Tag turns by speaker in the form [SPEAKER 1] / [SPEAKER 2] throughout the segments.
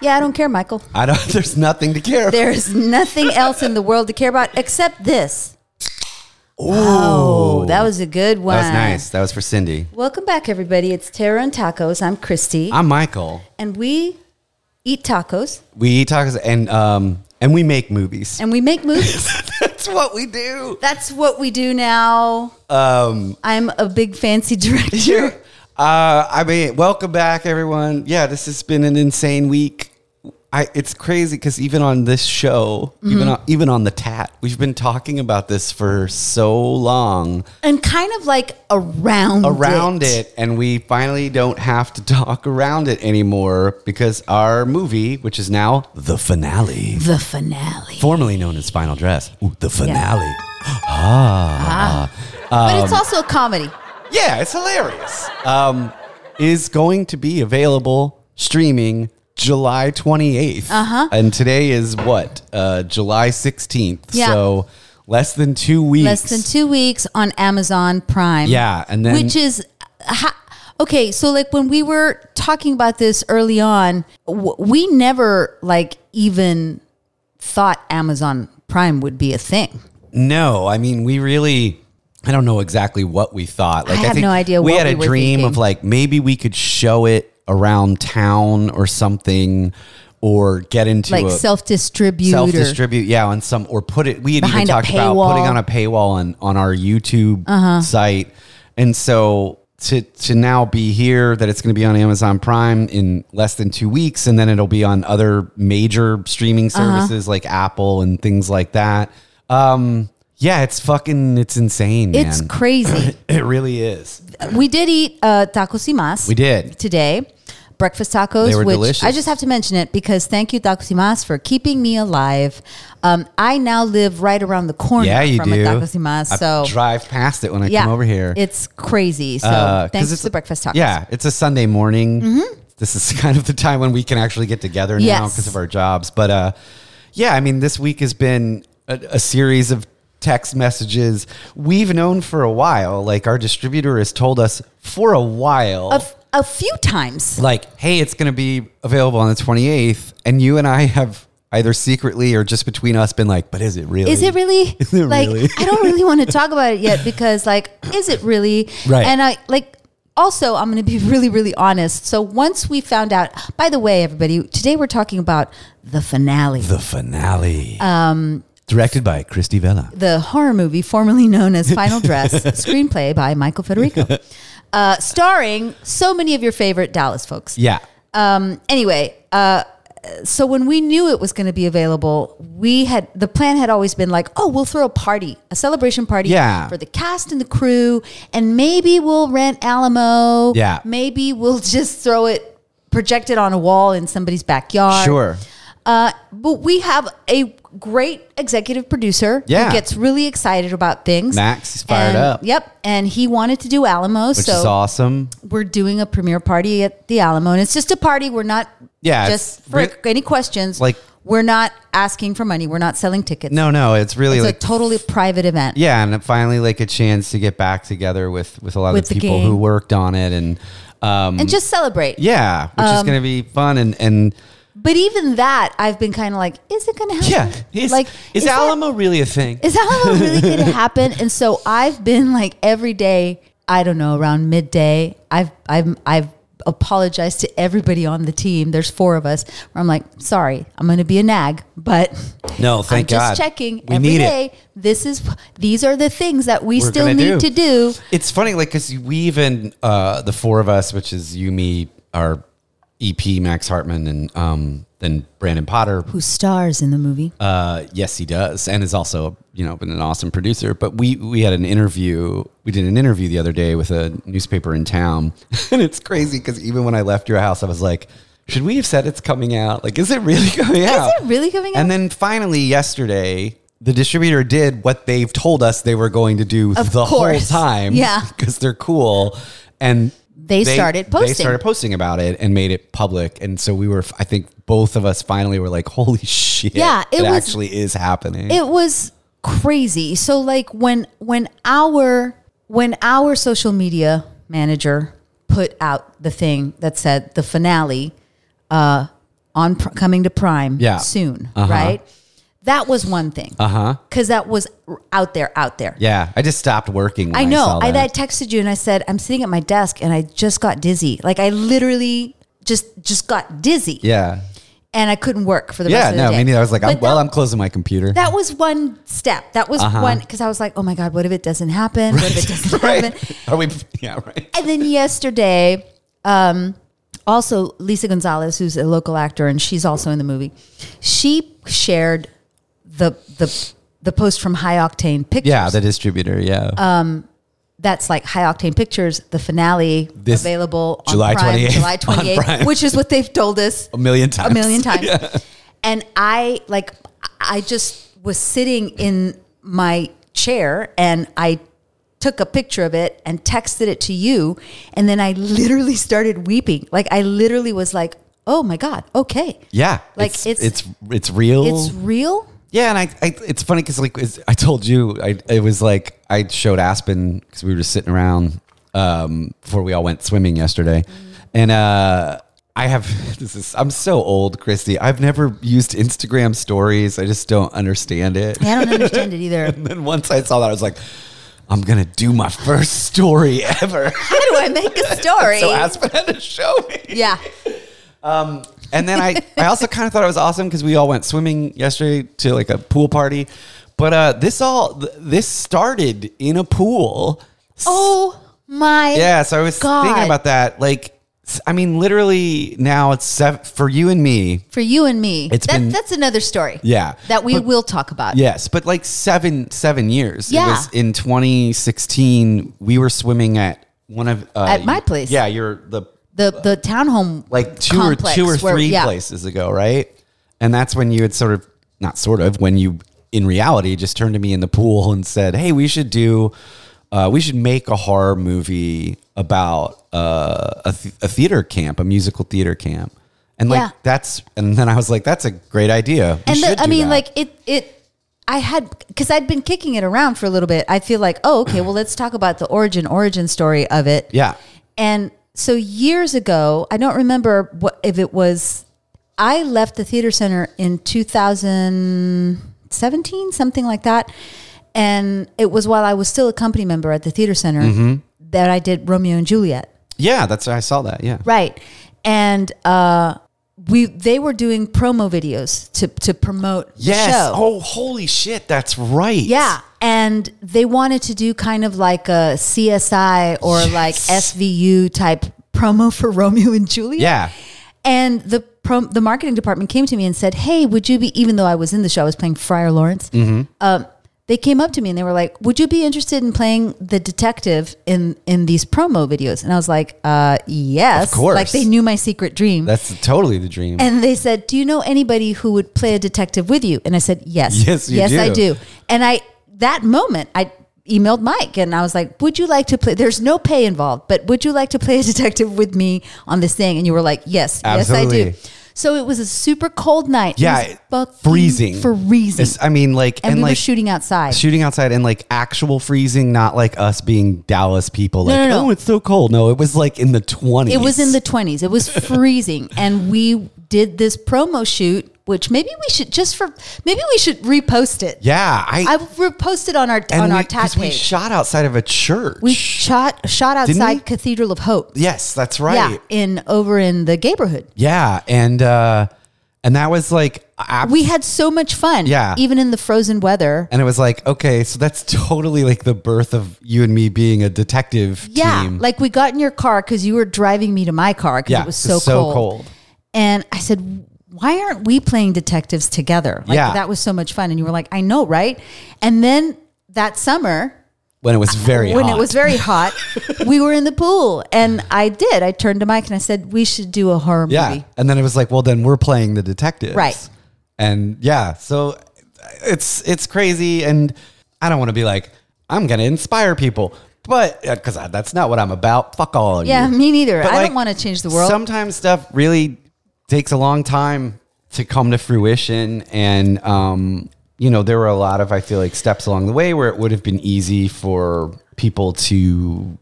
[SPEAKER 1] Yeah, I don't care, Michael.
[SPEAKER 2] I don't. There's nothing to care. about.
[SPEAKER 1] There's nothing else in the world to care about except this. Oh, that was a good one.
[SPEAKER 2] That was nice. That was for Cindy.
[SPEAKER 1] Welcome back, everybody. It's Tara and Tacos. I'm Christy,
[SPEAKER 2] I'm Michael.
[SPEAKER 1] and we eat tacos
[SPEAKER 2] We eat tacos and um and we make movies.
[SPEAKER 1] and we make movies.
[SPEAKER 2] That's what we do.
[SPEAKER 1] That's what we do now.
[SPEAKER 2] Um.
[SPEAKER 1] I'm a big fancy director.
[SPEAKER 2] Uh, I mean, welcome back, everyone. Yeah, this has been an insane week. I, it's crazy because even on this show,
[SPEAKER 1] Mm-hmm.
[SPEAKER 2] even on, even on the tat, we've been talking about this for so long
[SPEAKER 1] And kind of like around
[SPEAKER 2] around it. and we finally don't have to talk around it anymore because our movie, which is now the finale,
[SPEAKER 1] The finale.
[SPEAKER 2] formerly known as Final Dress, Ooh, the finale.
[SPEAKER 1] but
[SPEAKER 2] um,
[SPEAKER 1] it's also a comedy.
[SPEAKER 2] Yeah, it's hilarious. Um, is going to be available streaming July 28th. Uh-huh. And today is what? Uh, July 16th.
[SPEAKER 1] Yeah.
[SPEAKER 2] So less than two weeks.
[SPEAKER 1] Less than two weeks on Amazon Prime.
[SPEAKER 2] Yeah, and then-
[SPEAKER 1] which is ha- okay. So like when we were talking about this early on, w- we never like even thought Amazon Prime would be a thing.
[SPEAKER 2] No, I mean, we really. I don't know exactly what we thought. Like,
[SPEAKER 1] I have no idea
[SPEAKER 2] We
[SPEAKER 1] what
[SPEAKER 2] had
[SPEAKER 1] we
[SPEAKER 2] a
[SPEAKER 1] were
[SPEAKER 2] dream of
[SPEAKER 1] thinking.
[SPEAKER 2] like maybe we could show it around town or something, or get into
[SPEAKER 1] Like
[SPEAKER 2] a,
[SPEAKER 1] self distribute.
[SPEAKER 2] self distribute yeah on some or put it we had even
[SPEAKER 1] Behind a
[SPEAKER 2] talked about
[SPEAKER 1] paywall. Uh-huh.
[SPEAKER 2] putting on a paywall on on our youtube site and so to to now be here that it's going to be on amazon prime in less than two weeks and then it'll be on other major streaming
[SPEAKER 1] Uh-huh.
[SPEAKER 2] services like apple and things like that um yeah it's fucking it's insane man.
[SPEAKER 1] It's crazy.
[SPEAKER 2] it really is
[SPEAKER 1] we did eat uh, tacos y mas.
[SPEAKER 2] we did
[SPEAKER 1] today. Breakfast tacos,
[SPEAKER 2] They were
[SPEAKER 1] which
[SPEAKER 2] delicious.
[SPEAKER 1] I just have to mention it because thank you, Tacos y Mas, for keeping me alive. Um, I now live right around the corner
[SPEAKER 2] yeah you
[SPEAKER 1] from
[SPEAKER 2] do
[SPEAKER 1] a Tacos y Mas,
[SPEAKER 2] I
[SPEAKER 1] so
[SPEAKER 2] drive past it when i
[SPEAKER 1] yeah,
[SPEAKER 2] come over here
[SPEAKER 1] It's crazy. So
[SPEAKER 2] Uh, 'cause
[SPEAKER 1] thanks
[SPEAKER 2] it's-
[SPEAKER 1] to Breakfast Tacos.
[SPEAKER 2] Yeah, it's a Sunday morning. This is kind of the time when we can actually get together now
[SPEAKER 1] Yes.
[SPEAKER 2] because of our jobs. But uh, yeah, I mean, this week has been a, a series of text messages we've known for a while. Like our distributor has told us for a while,
[SPEAKER 1] A, f- a few times.
[SPEAKER 2] like, hey, it's going to be available on the 28th. And you and I have either secretly or just between us been like, but is it really?
[SPEAKER 1] Is it really?
[SPEAKER 2] Is it
[SPEAKER 1] like,
[SPEAKER 2] really?
[SPEAKER 1] I don't really want to talk about it yet because, like, is it really?
[SPEAKER 2] Right.
[SPEAKER 1] And I, like, also, I'm going to be really, really honest. So once we found out, by the way, everybody, today we're talking about the finale.
[SPEAKER 2] The finale. Um, Directed by Christy Vela.
[SPEAKER 1] the horror movie formerly known as Final Dress, screenplay by Michael Federico, uh, starring so many of your favorite Dallas folks.
[SPEAKER 2] Yeah.
[SPEAKER 1] Anyway, uh, so when we knew it was going to be available, we had the plan had always been like, oh, we'll throw a party, a celebration party
[SPEAKER 2] Yeah.
[SPEAKER 1] for the cast and the crew, and maybe we'll rent Alamo.
[SPEAKER 2] Yeah.
[SPEAKER 1] maybe we'll just throw it, project it on a wall in somebody's backyard.
[SPEAKER 2] Sure.
[SPEAKER 1] Uh, but we have a great executive producer
[SPEAKER 2] Yeah.
[SPEAKER 1] who gets really excited about things.
[SPEAKER 2] Max is fired
[SPEAKER 1] And-
[SPEAKER 2] up.
[SPEAKER 1] Yep. And he wanted to do Alamo.
[SPEAKER 2] Which
[SPEAKER 1] so
[SPEAKER 2] is awesome.
[SPEAKER 1] we're doing a premiere party at the Alamo. And it's just a party. We're not
[SPEAKER 2] Yeah, it's
[SPEAKER 1] just for
[SPEAKER 2] re-
[SPEAKER 1] any questions.
[SPEAKER 2] like-
[SPEAKER 1] we're not asking for money. We're not selling tickets.
[SPEAKER 2] No, no, it's really
[SPEAKER 1] It's
[SPEAKER 2] like
[SPEAKER 1] a totally private event.
[SPEAKER 2] yeah, and finally like a chance to get back together with with a lot
[SPEAKER 1] With
[SPEAKER 2] of the
[SPEAKER 1] the
[SPEAKER 2] people
[SPEAKER 1] gang.
[SPEAKER 2] who worked on it and um
[SPEAKER 1] And just celebrate.
[SPEAKER 2] yeah, which
[SPEAKER 1] Um,
[SPEAKER 2] is going to be fun and and
[SPEAKER 1] But even that, I've been kind of like, is it going to
[SPEAKER 2] yeah,
[SPEAKER 1] happen?
[SPEAKER 2] is,
[SPEAKER 1] like,
[SPEAKER 2] is,
[SPEAKER 1] that-
[SPEAKER 2] Alamo really a thing?
[SPEAKER 1] is Alamo really going to happen? And so I've been like every day. I don't know around midday. I've I've I've apologized to everybody on the team. There's four of us. Where I'm like, sorry, I'm going to be a nag, but
[SPEAKER 2] no,
[SPEAKER 1] I'm
[SPEAKER 2] thank
[SPEAKER 1] just
[SPEAKER 2] God.
[SPEAKER 1] checking
[SPEAKER 2] We
[SPEAKER 1] every
[SPEAKER 2] need it.
[SPEAKER 1] day. This is these are the things that we
[SPEAKER 2] We're
[SPEAKER 1] still
[SPEAKER 2] gonna
[SPEAKER 1] need to
[SPEAKER 2] do.
[SPEAKER 1] do.
[SPEAKER 2] It's funny, like, because we even uh, the four of us, which is you, me, our EP Max Hartman, and um, then Brandon Potter,
[SPEAKER 1] Who stars in the movie?
[SPEAKER 2] Uh, yes, he does, and is also you know been an awesome producer. But we we had an interview. We did an interview the other day with a newspaper in town, and it's crazy because even when I left your house, I was like, should we have said it's coming out? Like, is it really coming out?
[SPEAKER 1] it really coming out?
[SPEAKER 2] And then finally yesterday. The distributor did what they've told us they were going to do
[SPEAKER 1] Of
[SPEAKER 2] the
[SPEAKER 1] course.
[SPEAKER 2] whole time,
[SPEAKER 1] Yeah.
[SPEAKER 2] because they're cool, and
[SPEAKER 1] They started
[SPEAKER 2] They
[SPEAKER 1] posting.
[SPEAKER 2] started posting about it and made it public, and so we were. I think both of us finally were like, "Holy shit!"
[SPEAKER 1] Yeah,
[SPEAKER 2] it,
[SPEAKER 1] it was-
[SPEAKER 2] actually is happening.
[SPEAKER 1] it was crazy so like when when our when our social media manager put out the thing that said the finale uh on pr- coming to Prime
[SPEAKER 2] Yeah.
[SPEAKER 1] soon,
[SPEAKER 2] Uh-huh.
[SPEAKER 1] right? That was one thing. Uh
[SPEAKER 2] Uh-huh.
[SPEAKER 1] Because that was out there, out there.
[SPEAKER 2] Yeah, I just stopped working. When
[SPEAKER 1] I know. I,
[SPEAKER 2] I, saw
[SPEAKER 1] I texted you and I said I'm sitting at my desk and I just got dizzy. Like I literally just just got dizzy,
[SPEAKER 2] yeah,
[SPEAKER 1] and I couldn't work for the rest
[SPEAKER 2] yeah.
[SPEAKER 1] of the
[SPEAKER 2] No,
[SPEAKER 1] day.
[SPEAKER 2] me neither. I was like,
[SPEAKER 1] But
[SPEAKER 2] I'm, well, Uh-huh.
[SPEAKER 1] that-
[SPEAKER 2] I'm closing my computer.
[SPEAKER 1] that was one step. That was one because I was like, oh my god, what if it doesn't happen? What if it doesn't happen?
[SPEAKER 2] right? Are we? Yeah, right.
[SPEAKER 1] And then yesterday, um, also Lisa Gonzalez, who's a local actor and she's also in the movie, she shared the the the post from High Octane Pictures.
[SPEAKER 2] Yeah, the distributor. Yeah,
[SPEAKER 1] Uh, that's like High Octane Pictures. The finale
[SPEAKER 2] This-
[SPEAKER 1] available on
[SPEAKER 2] July
[SPEAKER 1] Prime,
[SPEAKER 2] 28th
[SPEAKER 1] July
[SPEAKER 2] on
[SPEAKER 1] twenty
[SPEAKER 2] Prime.
[SPEAKER 1] eighth, which is what they've told us
[SPEAKER 2] a million times.
[SPEAKER 1] a million times. And I like I just was sitting in my chair and I took a picture of it and texted it to you and then I literally started weeping. Like I literally was like, "Oh my god, okay.
[SPEAKER 2] Yeah,
[SPEAKER 1] Like,
[SPEAKER 2] it's
[SPEAKER 1] it's-
[SPEAKER 2] it's it's, real.
[SPEAKER 1] It's real?"
[SPEAKER 2] Yeah, and I, I it's funny because like it's, I told you, I it was like I showed Aspen because we were sitting around um, before we all went swimming yesterday, and uh, I have this is I'm so old, Christy. I've never used Instagram stories. I just don't understand it.
[SPEAKER 1] Yeah, I don't understand it either.
[SPEAKER 2] And then once I saw that, I was like, I'm gonna do my first story ever.
[SPEAKER 1] How do I make a story?
[SPEAKER 2] so Aspen had to show me.
[SPEAKER 1] yeah.
[SPEAKER 2] And then I, I also kind of thought it was awesome because we all went swimming yesterday to like a pool party. But uh, this all th- this started in a pool.
[SPEAKER 1] Oh my
[SPEAKER 2] Yeah, so I was
[SPEAKER 1] God.
[SPEAKER 2] thinking about that. Like, s- I mean, literally now it's sev- for you and me.
[SPEAKER 1] For you and me.
[SPEAKER 2] It's
[SPEAKER 1] that,
[SPEAKER 2] been-
[SPEAKER 1] that's another story.
[SPEAKER 2] Yeah.
[SPEAKER 1] That we
[SPEAKER 2] But-
[SPEAKER 1] will talk about.
[SPEAKER 2] Yes, but like seven seven years. It
[SPEAKER 1] Yeah.
[SPEAKER 2] was in 2016. We were swimming at one of uh,
[SPEAKER 1] At my place.
[SPEAKER 2] Yeah, you're the
[SPEAKER 1] The the townhome
[SPEAKER 2] like two or
[SPEAKER 1] complex
[SPEAKER 2] two or
[SPEAKER 1] where-
[SPEAKER 2] three
[SPEAKER 1] yeah.
[SPEAKER 2] places ago, right? And that's when you had sort of not sort of when you in reality just turned to me in the pool and said, "Hey, we should do, uh, we should make a horror movie about uh, a, th- a theater camp, a musical theater camp." And like
[SPEAKER 1] Yeah.
[SPEAKER 2] that's, and then I was like, "That's a great idea." We
[SPEAKER 1] and
[SPEAKER 2] should
[SPEAKER 1] the, I
[SPEAKER 2] do
[SPEAKER 1] mean,
[SPEAKER 2] that."
[SPEAKER 1] like it, it. I had because I'd been kicking it around for a little bit. I feel like, oh, okay, well, let's talk about the origin origin story of it.
[SPEAKER 2] yeah,
[SPEAKER 1] And so years ago, I don't remember what if it was. I left the theater center in 2017, something like that, and it was while I was still a company member at the theater center
[SPEAKER 2] Mm-hmm.
[SPEAKER 1] that I did Romeo and Juliet.
[SPEAKER 2] yeah, that's I saw that. Yeah,
[SPEAKER 1] Right. And uh, we they were doing promo videos to to promote
[SPEAKER 2] yes.
[SPEAKER 1] the show.
[SPEAKER 2] Oh, holy shit, that's right.
[SPEAKER 1] Yeah. And they wanted to do kind of like a CSI or like SVU type promo for Romeo and Juliet.
[SPEAKER 2] yeah,
[SPEAKER 1] And the prom- the marketing department came to me and said, "Hey, would you be?" Even though I was in the show, I was playing Friar Lawrence.
[SPEAKER 2] Mm-hmm.
[SPEAKER 1] Um, they came up to me and they were like, "Would you be interested in playing the detective in in these promo videos?" And I was like, uh, "Yes,
[SPEAKER 2] Of course.
[SPEAKER 1] Like they knew my secret dream.
[SPEAKER 2] that's totally the dream.
[SPEAKER 1] And they said, "Do you know anybody who would play a detective with you?" And I said, "Yes,
[SPEAKER 2] Yes, you
[SPEAKER 1] yes,
[SPEAKER 2] do.
[SPEAKER 1] I do." And I that moment, I emailed Mike and I was like, "Would you like to play? There's no pay involved, but would you like to play a detective with me on this thing?" And you were like, "Yes, yes, I
[SPEAKER 2] Absolutely.
[SPEAKER 1] do." So it was a super cold night.
[SPEAKER 2] yeah,
[SPEAKER 1] it
[SPEAKER 2] it-
[SPEAKER 1] was fucking
[SPEAKER 2] freezing,
[SPEAKER 1] freezing,
[SPEAKER 2] It's- I mean, like,
[SPEAKER 1] and,
[SPEAKER 2] and,
[SPEAKER 1] we
[SPEAKER 2] like
[SPEAKER 1] were shooting outside.
[SPEAKER 2] shooting outside and like actual freezing, not like us being Dallas people. Like,
[SPEAKER 1] no, no.
[SPEAKER 2] oh, it's so cold. No, it was like in the twenties.
[SPEAKER 1] It was in the 20s. It was freezing. and we did this promo shoot, which maybe we should just for maybe we should repost it.
[SPEAKER 2] yeah. I,
[SPEAKER 1] I reposted on our
[SPEAKER 2] and
[SPEAKER 1] on
[SPEAKER 2] we,
[SPEAKER 1] our tag
[SPEAKER 2] 'cause we
[SPEAKER 1] page.
[SPEAKER 2] shot outside of a church.
[SPEAKER 1] we shot shot
[SPEAKER 2] Didn't we?
[SPEAKER 1] outside Cathedral of Hope.
[SPEAKER 2] yes, that's
[SPEAKER 1] Yeah,
[SPEAKER 2] right.
[SPEAKER 1] in over in the neighborhood.
[SPEAKER 2] Yeah, and uh, and that was like ab-
[SPEAKER 1] We had so much fun.
[SPEAKER 2] Yeah.
[SPEAKER 1] even in the frozen weather.
[SPEAKER 2] and it was like okay, so that's totally like the birth of you and me being a detective
[SPEAKER 1] Yeah,
[SPEAKER 2] team.
[SPEAKER 1] like we got in your car because you were driving me to my car because
[SPEAKER 2] yeah,
[SPEAKER 1] it was so, cold.
[SPEAKER 2] cold.
[SPEAKER 1] And I said, "Why aren't we playing detectives together?" Like,
[SPEAKER 2] Yeah.
[SPEAKER 1] that was so much fun. And you were like, "I know, right?" And then that summer,
[SPEAKER 2] when it was very
[SPEAKER 1] when
[SPEAKER 2] hot.
[SPEAKER 1] it was very hot, we were in the pool, and I did. I turned to Mike and I said, "We should do a horror
[SPEAKER 2] Yeah.
[SPEAKER 1] movie."
[SPEAKER 2] And then it was like, well, then we're playing the detectives.
[SPEAKER 1] Right.
[SPEAKER 2] And yeah, so it's it's crazy and I don't want to be like I'm going to inspire people, but uh, cuz that's not what I'm about. Fuck all of
[SPEAKER 1] Yeah,
[SPEAKER 2] you.
[SPEAKER 1] me neither.
[SPEAKER 2] But,
[SPEAKER 1] I
[SPEAKER 2] like,
[SPEAKER 1] don't want to change the world.
[SPEAKER 2] Sometimes stuff really takes a long time to come to fruition and um you know, there were a lot of I feel like steps along the way where it would have been easy for people to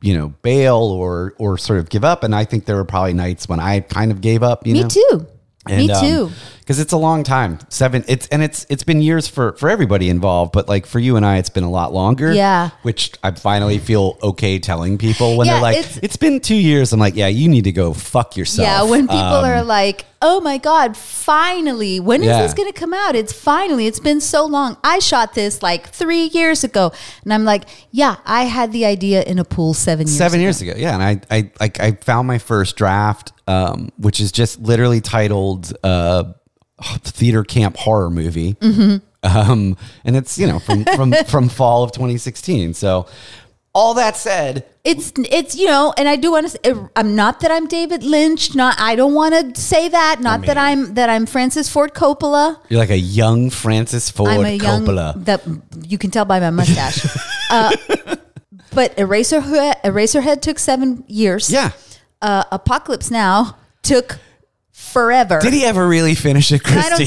[SPEAKER 2] you know, bail or or sort of give up and um, I think there were probably nights when I kind of gave up, you
[SPEAKER 1] Me
[SPEAKER 2] know.
[SPEAKER 1] too. Me too.
[SPEAKER 2] Because it's a long time. Seven. It's and it's it's been years for for everybody involved, but like for you and I, it's been a lot longer.
[SPEAKER 1] Yeah.
[SPEAKER 2] Which I finally feel okay telling people when
[SPEAKER 1] Yeah,
[SPEAKER 2] they're like,
[SPEAKER 1] it's-
[SPEAKER 2] it's been two years. I'm like, yeah, you need to go fuck yourself.
[SPEAKER 1] Yeah, when people
[SPEAKER 2] Um,
[SPEAKER 1] are like, "Oh my god, finally! When is
[SPEAKER 2] Yeah.
[SPEAKER 1] this going to come out?" It's finally. It's been so long. I shot this like three years ago, and I'm like, "Yeah, I had the idea in a pool seven years.
[SPEAKER 2] seven years ago. Yeah, and I, I like I found my first draft, um, which is just literally titled uh, "Theater Camp Horror Movie,"
[SPEAKER 1] Mm-hmm.
[SPEAKER 2] um, and it's you know from from from fall of 2016. So, all that said,
[SPEAKER 1] It's it's you know, and I do want to. I'm not that I'm David Lynch. Not I don't want to say that. Not that I'm that I'm Francis Ford Coppola.
[SPEAKER 2] you're like a young Francis Ford
[SPEAKER 1] I'm a young
[SPEAKER 2] Coppola.
[SPEAKER 1] that you can tell by my mustache. uh, but Eraserhead, Eraserhead took seven years.
[SPEAKER 2] yeah.
[SPEAKER 1] uh, Apocalypse Now took forever.
[SPEAKER 2] Did he ever really finish it, Christy?
[SPEAKER 1] I don't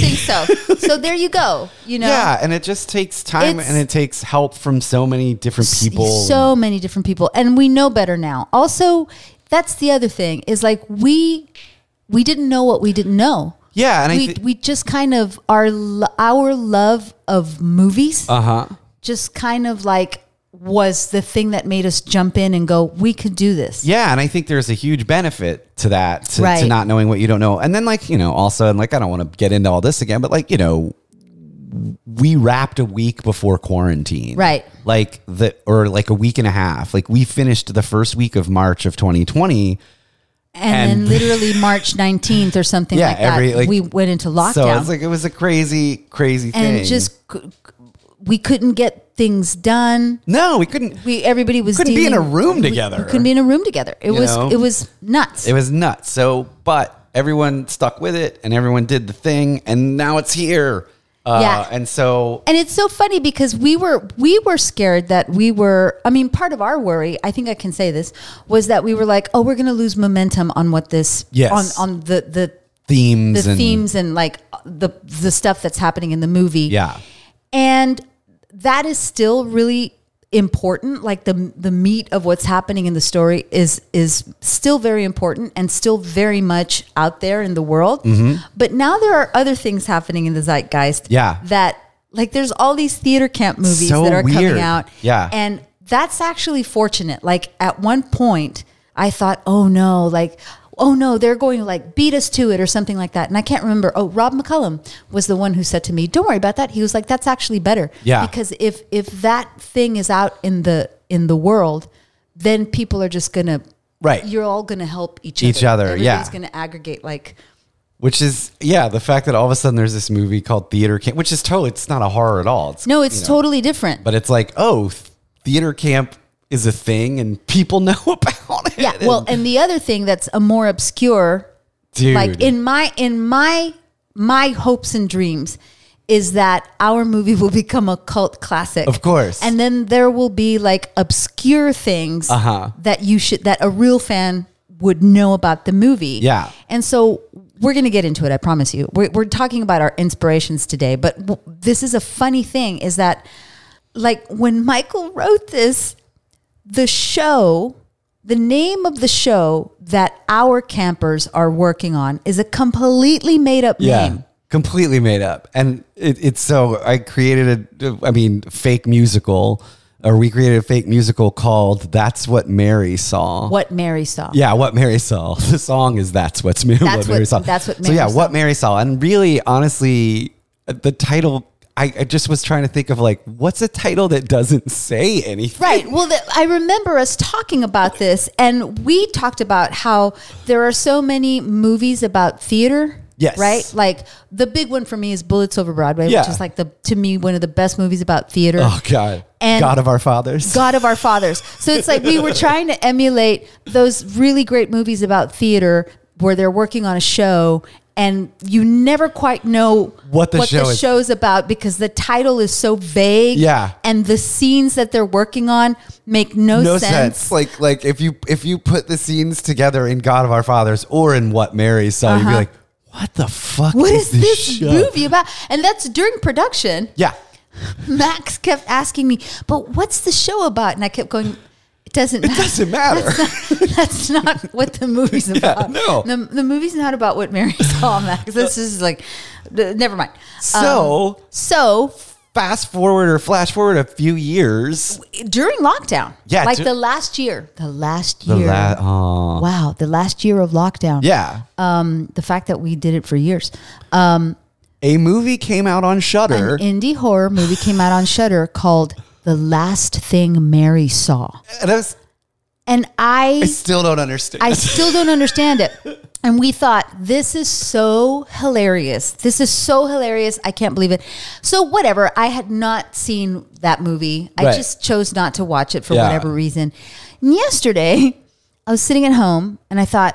[SPEAKER 1] think so. So there you go. You know,
[SPEAKER 2] Yeah, and it just takes time
[SPEAKER 1] It's-
[SPEAKER 2] and it takes help from so many different people.
[SPEAKER 1] so many different people, and we know better now. Also, that's the other thing is like we we didn't know what we didn't know.
[SPEAKER 2] yeah, and I
[SPEAKER 1] we
[SPEAKER 2] thi-
[SPEAKER 1] we just kind of our lo- our love of movies
[SPEAKER 2] uh-huh.
[SPEAKER 1] just kind of like was the thing that made us jump in and go, we could do this.
[SPEAKER 2] Yeah, and I think there's a huge benefit to that to,
[SPEAKER 1] Right.
[SPEAKER 2] to not knowing what you don't know, and then like you know, also, and like I don't want to get into all this again, but like you know, we wrapped a week before quarantine,
[SPEAKER 1] Right.
[SPEAKER 2] Like the or like a week and a half. Like we finished the first week of March of 2020.
[SPEAKER 1] And,
[SPEAKER 2] And-
[SPEAKER 1] then literally March 19th or something
[SPEAKER 2] Yeah,
[SPEAKER 1] like that,
[SPEAKER 2] every, like-
[SPEAKER 1] we went into lockdown.
[SPEAKER 2] So it's like it was a crazy, crazy thing.
[SPEAKER 1] and just c- c- we couldn't get things done.
[SPEAKER 2] no, we couldn't.
[SPEAKER 1] We everybody was
[SPEAKER 2] Couldn't be in
[SPEAKER 1] dealing-
[SPEAKER 2] a room
[SPEAKER 1] we-
[SPEAKER 2] together.
[SPEAKER 1] We, couldn't be in a room together. It was
[SPEAKER 2] know?
[SPEAKER 1] it was nuts.
[SPEAKER 2] It was nuts. So, but everyone stuck with it, and everyone did the thing, and now it's here. Uh,
[SPEAKER 1] Yeah.
[SPEAKER 2] and so
[SPEAKER 1] and it's so funny because we were we were scared that we were I mean part of our worry I think I can say this was that we were like oh we're going to lose momentum on what this
[SPEAKER 2] Yes.
[SPEAKER 1] on on the the
[SPEAKER 2] themes
[SPEAKER 1] the
[SPEAKER 2] and
[SPEAKER 1] themes and like the the stuff that's happening in the movie
[SPEAKER 2] yeah.
[SPEAKER 1] and that is still really important like the the meat of what's happening in the story is is still very important and still very much out there in the world but now there are other things happening in the zeitgeist
[SPEAKER 2] Mm-hmm. Yeah.
[SPEAKER 1] that like there's all these theater camp movies
[SPEAKER 2] So
[SPEAKER 1] that are
[SPEAKER 2] weird.
[SPEAKER 1] coming out
[SPEAKER 2] Yeah.
[SPEAKER 1] and that's actually fortunate like at one point i thought oh no like oh no they're going to like beat us to it or something like that and i can't remember oh rob mccullum was the one who said to me don't worry about that he was like that's actually better
[SPEAKER 2] Yeah.
[SPEAKER 1] because if if that thing is out in the in the world then people are just gonna
[SPEAKER 2] Right.
[SPEAKER 1] you're all gonna help each,
[SPEAKER 2] Each
[SPEAKER 1] other
[SPEAKER 2] other, yeah.
[SPEAKER 1] Everybody's gonna aggregate like
[SPEAKER 2] Which is yeah, the fact that all of a sudden there's this movie called Theater Camp, which is totally it's not a horror at all. It's
[SPEAKER 1] no it's totally different
[SPEAKER 2] but it's like oh, th- theater camp is a thing and people know about it.
[SPEAKER 1] yeah well and the other thing that's a more obscure
[SPEAKER 2] dude,
[SPEAKER 1] like in my in my my hopes and dreams is that our movie will become a cult classic
[SPEAKER 2] Of course.
[SPEAKER 1] and then there will be like obscure things
[SPEAKER 2] Uh-huh.
[SPEAKER 1] that you should that a real fan would know about the movie
[SPEAKER 2] Yeah.
[SPEAKER 1] and so we're going to get into it i promise you we're, we're talking about our inspirations today but w- this is a funny thing is that like when michael wrote this the show the name of the show that our campers are working on is a completely made up
[SPEAKER 2] yeah.
[SPEAKER 1] name.
[SPEAKER 2] Completely made up, and it, it's so I created a, I mean, fake musical, or we created a fake musical called "That's What Mary Saw."
[SPEAKER 1] What Mary saw.
[SPEAKER 2] Yeah, what Mary saw. The song is "That's What's Mary,
[SPEAKER 1] That's
[SPEAKER 2] what Mary
[SPEAKER 1] what-
[SPEAKER 2] Saw."
[SPEAKER 1] that's what
[SPEAKER 2] so
[SPEAKER 1] Mary
[SPEAKER 2] yeah,
[SPEAKER 1] saw.
[SPEAKER 2] what Mary saw, and really, honestly, the title. I, I just was trying to think of like, what's a title that doesn't say anything?
[SPEAKER 1] Right. Well, th- I remember us talking about this, and we talked about how there are so many movies about theater.
[SPEAKER 2] Yes.
[SPEAKER 1] Right. Like the big one for me is Bullets Over Broadway,
[SPEAKER 2] Yeah.
[SPEAKER 1] which is like the to me one of the best movies about theater.
[SPEAKER 2] Oh God,
[SPEAKER 1] And-
[SPEAKER 2] God of our fathers.
[SPEAKER 1] God of our fathers. So it's like we were trying to emulate those really great movies about theater where they're working on a show and you never quite know
[SPEAKER 2] What the show is.
[SPEAKER 1] show's about because the title is so vague.
[SPEAKER 2] Yeah.
[SPEAKER 1] And the scenes that they're working on make no,
[SPEAKER 2] no
[SPEAKER 1] sense.
[SPEAKER 2] sense. Like like if you if you put the scenes together in God of our fathers or in what Mary saw, you'd be
[SPEAKER 1] Uh-huh.
[SPEAKER 2] like, what the fuck?
[SPEAKER 1] What
[SPEAKER 2] is
[SPEAKER 1] is this
[SPEAKER 2] show?
[SPEAKER 1] movie about? And that's during production.
[SPEAKER 2] Yeah.
[SPEAKER 1] Max kept asking me, but what's the show about? And I kept going, It doesn't matter.
[SPEAKER 2] Doesn't matter.
[SPEAKER 1] That's not what the movie's about.
[SPEAKER 2] no.
[SPEAKER 1] The, the movie's not about what Mary saw, Max. This is like, th- never mind. um,
[SPEAKER 2] So
[SPEAKER 1] So
[SPEAKER 2] fast forward or flash forward a few years.
[SPEAKER 1] during lockdown,
[SPEAKER 2] Yeah,
[SPEAKER 1] like
[SPEAKER 2] dur-
[SPEAKER 1] the last year, the last
[SPEAKER 2] The
[SPEAKER 1] year.
[SPEAKER 2] la- aw.
[SPEAKER 1] wow, the last year of lockdown.
[SPEAKER 2] uh, yeah.
[SPEAKER 1] Um, the fact that we did it for years.
[SPEAKER 2] a movie came out on Shutter.
[SPEAKER 1] An indie horror movie came out on Shutter called "The Last Thing Mary Saw,"
[SPEAKER 2] and I, was-
[SPEAKER 1] and I
[SPEAKER 2] I still don't understand.
[SPEAKER 1] I still don't understand it. And we thought, this is so hilarious. This is so hilarious. I can't believe it. So, whatever. I had not seen that movie. I
[SPEAKER 2] Right.
[SPEAKER 1] just chose not to watch it for
[SPEAKER 2] Yeah.
[SPEAKER 1] whatever reason. And yesterday, I was sitting at home and I thought,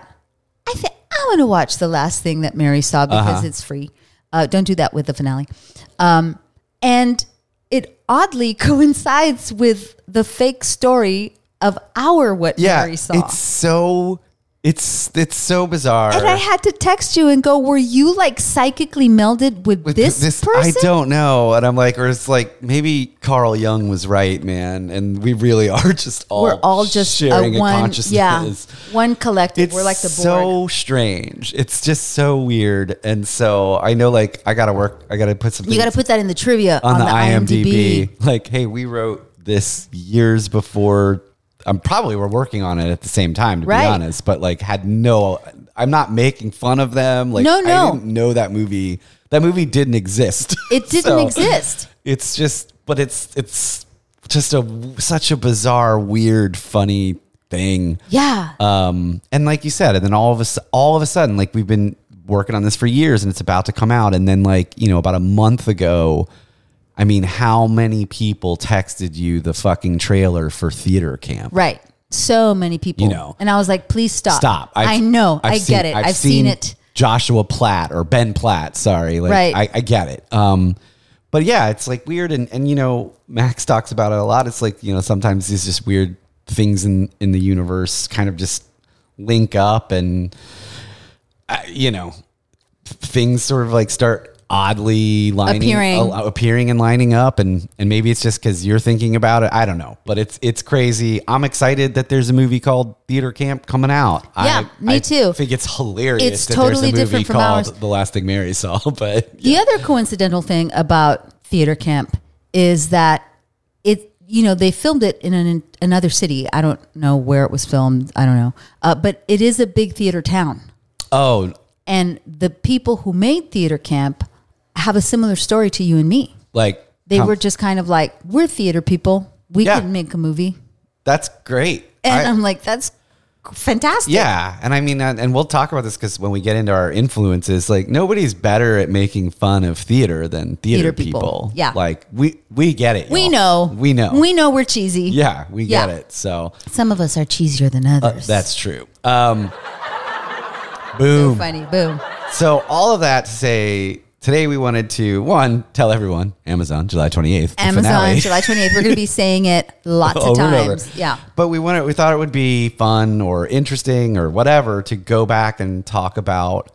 [SPEAKER 1] I think I'm going to watch the last thing that Mary saw
[SPEAKER 2] Uh-huh.
[SPEAKER 1] because it's free. Uh, don't do that with the finale. Um, and it oddly coincides with the fake story of our what
[SPEAKER 2] yeah,
[SPEAKER 1] Mary saw.
[SPEAKER 2] it's so it's it's so bizarre.
[SPEAKER 1] And I had to text you and go, were you like psychically melded with,
[SPEAKER 2] With
[SPEAKER 1] this, person?
[SPEAKER 2] I don't know, and I'm like, or it's like maybe Carl Jung was right, man, and we really are just all
[SPEAKER 1] We're all just
[SPEAKER 2] sharing
[SPEAKER 1] a one,
[SPEAKER 2] consciousness.
[SPEAKER 1] yeah, one collective.
[SPEAKER 2] It's
[SPEAKER 1] we're like the board.
[SPEAKER 2] so strange. It's just so weird, and so I know, like, I gotta work. I gotta put something.
[SPEAKER 1] You got to put that in the trivia
[SPEAKER 2] on, the,
[SPEAKER 1] IMDb.
[SPEAKER 2] IMDb. Like, hey, we wrote this years before. I'm probably we're working on it at the same time, to
[SPEAKER 1] Right.
[SPEAKER 2] be honest. But like, had no. I'm not making fun of them. Like,
[SPEAKER 1] No,
[SPEAKER 2] I
[SPEAKER 1] no.
[SPEAKER 2] didn't know that movie. That movie didn't exist.
[SPEAKER 1] It didn't exist.
[SPEAKER 2] It's just, but it's it's just a such a bizarre, weird, funny thing.
[SPEAKER 1] Yeah,
[SPEAKER 2] Um, and like you said, and then all of us, all of a sudden, like we've been working on this for years, and it's about to come out. And then, like you know, about a month ago, I mean, how many people texted you the fucking trailer for theater camp?
[SPEAKER 1] right. So many people.
[SPEAKER 2] You know.
[SPEAKER 1] and I was like, please stop.
[SPEAKER 2] Stop! I've-
[SPEAKER 1] I know.
[SPEAKER 2] I've
[SPEAKER 1] I
[SPEAKER 2] seen-
[SPEAKER 1] get it. I've, seen, it.
[SPEAKER 2] Joshua Platt or Ben Platt. Sorry, like
[SPEAKER 1] Right.
[SPEAKER 2] I, I get it. Um, but yeah, it's like weird, and and you know, Max talks about it a lot. It's like you know, sometimes these just weird things in in the universe kind of just link up, and uh, you know, things sort of like start oddly lining
[SPEAKER 1] Appearing.
[SPEAKER 2] al- appearing and lining up and and maybe it's just because you're thinking about it i don't know but it's it's crazy i'm excited that there's a movie called theater camp coming out
[SPEAKER 1] Yeah,
[SPEAKER 2] I,
[SPEAKER 1] me
[SPEAKER 2] I
[SPEAKER 1] too.
[SPEAKER 2] think it's hilarious
[SPEAKER 1] It's
[SPEAKER 2] that
[SPEAKER 1] totally
[SPEAKER 2] there's a movie
[SPEAKER 1] different from
[SPEAKER 2] called
[SPEAKER 1] ours.
[SPEAKER 2] the last thing mary saw but
[SPEAKER 1] The other coincidental thing about theater camp is that it, you know, they filmed it in an, another city. I don't know where it was filmed. I don't know, uh, but it is a big theater town,
[SPEAKER 2] oh
[SPEAKER 1] and the people who made theater camp have a similar story to you and me.
[SPEAKER 2] like
[SPEAKER 1] They
[SPEAKER 2] um,
[SPEAKER 1] were just kind of like, "We're theater people. We
[SPEAKER 2] Yeah.
[SPEAKER 1] can make a movie,"
[SPEAKER 2] that's great I-
[SPEAKER 1] and I, am like, "That's fantastic."
[SPEAKER 2] Yeah, and I mean, and and we'll talk about this because when we get into our influences, like nobody's better at making fun of theater than theater,
[SPEAKER 1] Theater people.
[SPEAKER 2] people.
[SPEAKER 1] Yeah.
[SPEAKER 2] like we we get it.
[SPEAKER 1] we
[SPEAKER 2] y'all.
[SPEAKER 1] know.
[SPEAKER 2] We know.
[SPEAKER 1] We know we're cheesy.
[SPEAKER 2] yeah, we get
[SPEAKER 1] Yeah.
[SPEAKER 2] it. So
[SPEAKER 1] Some of us are cheesier than
[SPEAKER 2] uh,
[SPEAKER 1] others.
[SPEAKER 2] that's true. Um,
[SPEAKER 1] so
[SPEAKER 2] boom.
[SPEAKER 1] funny. Boom.
[SPEAKER 2] So all of that to say, today we wanted to one tell everyone Amazon July twenty eighth.
[SPEAKER 1] Amazon, July 28th. We're going to be saying it lots of
[SPEAKER 2] Over and over.
[SPEAKER 1] times. Yeah.
[SPEAKER 2] But we wanted, we thought it would be fun or interesting or whatever to go back and talk about